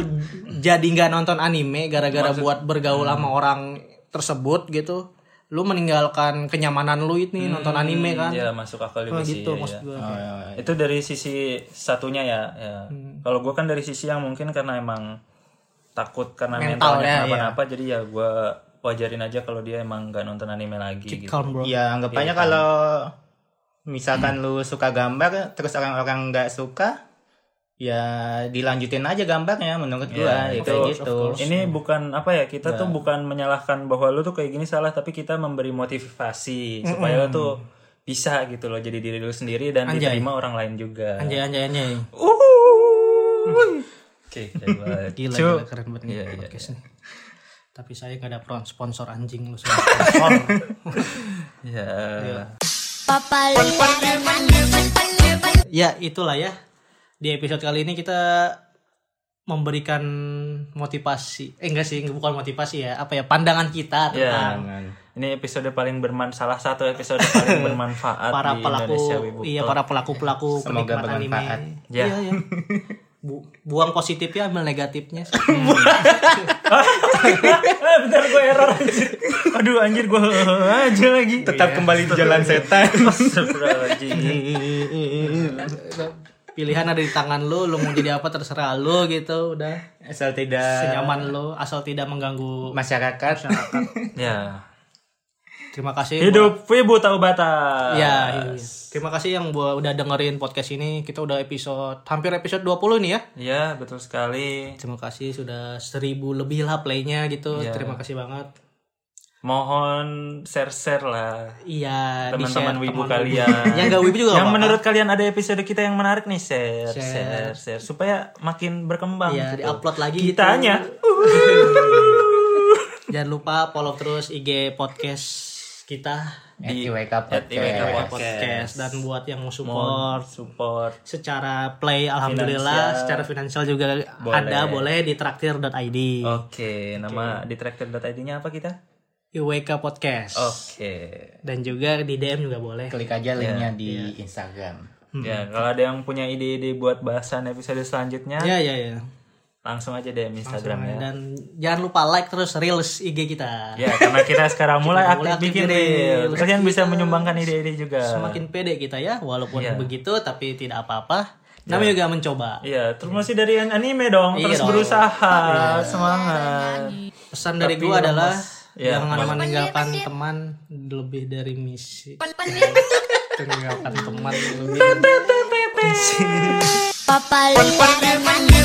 [SPEAKER 2] jadi nggak nonton anime gara-gara buat bergaul
[SPEAKER 1] Hmm.
[SPEAKER 2] sama orang tersebut gitu lu meninggalkan kenyamanan lu ini nonton anime kan
[SPEAKER 1] Ya masuk akal
[SPEAKER 2] Nah,
[SPEAKER 1] juga sih.
[SPEAKER 2] gitu
[SPEAKER 1] ya,
[SPEAKER 2] maksud
[SPEAKER 1] ya.
[SPEAKER 2] gue
[SPEAKER 3] Iya.
[SPEAKER 1] Itu dari sisi satunya ya. ya.
[SPEAKER 2] Hmm.
[SPEAKER 1] Kalau gue kan dari sisi yang mungkin karena emang takut karena
[SPEAKER 2] Mental ya,
[SPEAKER 1] mentalnya kenapa-napa, jadi ya gue wajarin aja kalau dia emang nggak nonton anime lagi. gitu.
[SPEAKER 2] calm bro
[SPEAKER 3] Ya anggapannya kalau misalkan lu suka gambar terus orang-orang nggak suka ya dilanjutin aja gambarnya menurut gua itu gitu.
[SPEAKER 1] Ini bukan apa ya kita
[SPEAKER 2] Iya.
[SPEAKER 1] tuh bukan menyalahkan bahwa lu tuh kayak gini salah tapi kita memberi motivasi supaya lu tuh bisa gitu loh jadi diri lu sendiri dan diterima orang lain juga.
[SPEAKER 2] anjay anjay
[SPEAKER 1] iya,
[SPEAKER 2] anjay
[SPEAKER 1] Uhuy. Oke, coba.
[SPEAKER 2] gila,
[SPEAKER 1] Cuk.
[SPEAKER 2] gila keren banget nih
[SPEAKER 1] Iya, iya,
[SPEAKER 2] podcast nih tapi saya gak ada pro- sponsor anjing lu semua. sponsor
[SPEAKER 1] Ya.
[SPEAKER 2] ya itulah ya di episode kali ini kita memberikan motivasi eh enggak sih bukan motivasi ya apa ya pandangan kita
[SPEAKER 1] Ya.
[SPEAKER 2] tentang
[SPEAKER 1] Ini episode paling bermanfaat salah satu episode paling bermanfaat
[SPEAKER 2] para
[SPEAKER 1] di
[SPEAKER 2] pelaku
[SPEAKER 1] Indonesia Wibu.
[SPEAKER 2] iya para pelaku pelaku
[SPEAKER 3] Semoga
[SPEAKER 2] penikmat anime
[SPEAKER 3] bermanfaat.
[SPEAKER 1] Ya.
[SPEAKER 2] iya iya Bu- buang positifnya ambil negatifnya
[SPEAKER 1] Bentar gue error anjir. Aduh anjir gue aja lagi. Iya.
[SPEAKER 3] Tetap kembali di jalan setan.
[SPEAKER 1] Astagfirullahaladzim.
[SPEAKER 2] pilihan ada di tangan lu lu mau jadi apa terserah lu gitu udah
[SPEAKER 3] Asal tidak
[SPEAKER 2] senyaman lu asal tidak mengganggu
[SPEAKER 3] masyarakat.
[SPEAKER 1] Ya.
[SPEAKER 2] terima kasih
[SPEAKER 1] Hidup Wibu tahu batas.
[SPEAKER 2] buat- ya iya. terima kasih yang buat udah dengerin podcast ini kita udah episode hampir episode 20 nih ya
[SPEAKER 1] Ya, betul sekali.
[SPEAKER 2] terima kasih sudah seribu lebih lah playnya gitu
[SPEAKER 1] Iya.
[SPEAKER 2] terima kasih banget
[SPEAKER 1] Mohon share-share lah
[SPEAKER 2] iya di share
[SPEAKER 1] teman-teman wibu
[SPEAKER 2] teman
[SPEAKER 1] kalian.
[SPEAKER 2] yang gak wibu juga
[SPEAKER 1] Yang
[SPEAKER 2] apa-apa.
[SPEAKER 1] menurut kalian ada episode kita yang menarik nih, share, share, share, supaya makin berkembang.
[SPEAKER 2] Iya,
[SPEAKER 1] gitu.
[SPEAKER 2] di-upload lagi gitu.
[SPEAKER 1] Kita hanya
[SPEAKER 2] Jangan lupa follow terus IG podcast kita
[SPEAKER 3] Di IWK
[SPEAKER 1] at
[SPEAKER 3] Podcast.
[SPEAKER 1] IWK Iya, Podcast.
[SPEAKER 2] podcast dan buat yang mau support
[SPEAKER 1] support.
[SPEAKER 2] secara play alhamdulillah
[SPEAKER 1] Finansial.
[SPEAKER 2] secara finansial juga ada boleh di traktir.id
[SPEAKER 1] Oh. Oke, nama di traktor.id-nya apa kita?
[SPEAKER 2] IWK podcast
[SPEAKER 1] Oke.
[SPEAKER 2] dan juga di DM juga boleh
[SPEAKER 3] Klik aja linknya di Instagram.
[SPEAKER 2] Hmm.
[SPEAKER 1] Ya, kalau ada yang punya ide-ide buat bahasan episode selanjutnya,
[SPEAKER 2] ya ya ya
[SPEAKER 1] langsung aja DM Instagram ya.
[SPEAKER 2] dan jangan lupa like terus reels IG kita
[SPEAKER 1] Ya, karena kita sekarang mulai
[SPEAKER 2] Kita mulai
[SPEAKER 1] aktif
[SPEAKER 2] aktif
[SPEAKER 1] bikin
[SPEAKER 2] bikin
[SPEAKER 1] reel.
[SPEAKER 2] reel.
[SPEAKER 1] Kalian bisa
[SPEAKER 2] Kita
[SPEAKER 1] menyumbangkan ide-ide juga.
[SPEAKER 2] semakin pede kita ya walaupun
[SPEAKER 1] Iya.
[SPEAKER 2] begitu tapi tidak apa-apa namanya juga mencoba
[SPEAKER 1] Iya, terus masih dari anime dong,
[SPEAKER 2] Iya dong.
[SPEAKER 1] terus
[SPEAKER 2] Iya.
[SPEAKER 1] berusaha, semangat.
[SPEAKER 2] pesan dari gue adalah
[SPEAKER 1] Ya,
[SPEAKER 2] jangan
[SPEAKER 1] lemas.
[SPEAKER 2] meninggalkan teman lebih dari misi meninggalkan teman lebih dari misi
[SPEAKER 4] Papá, le-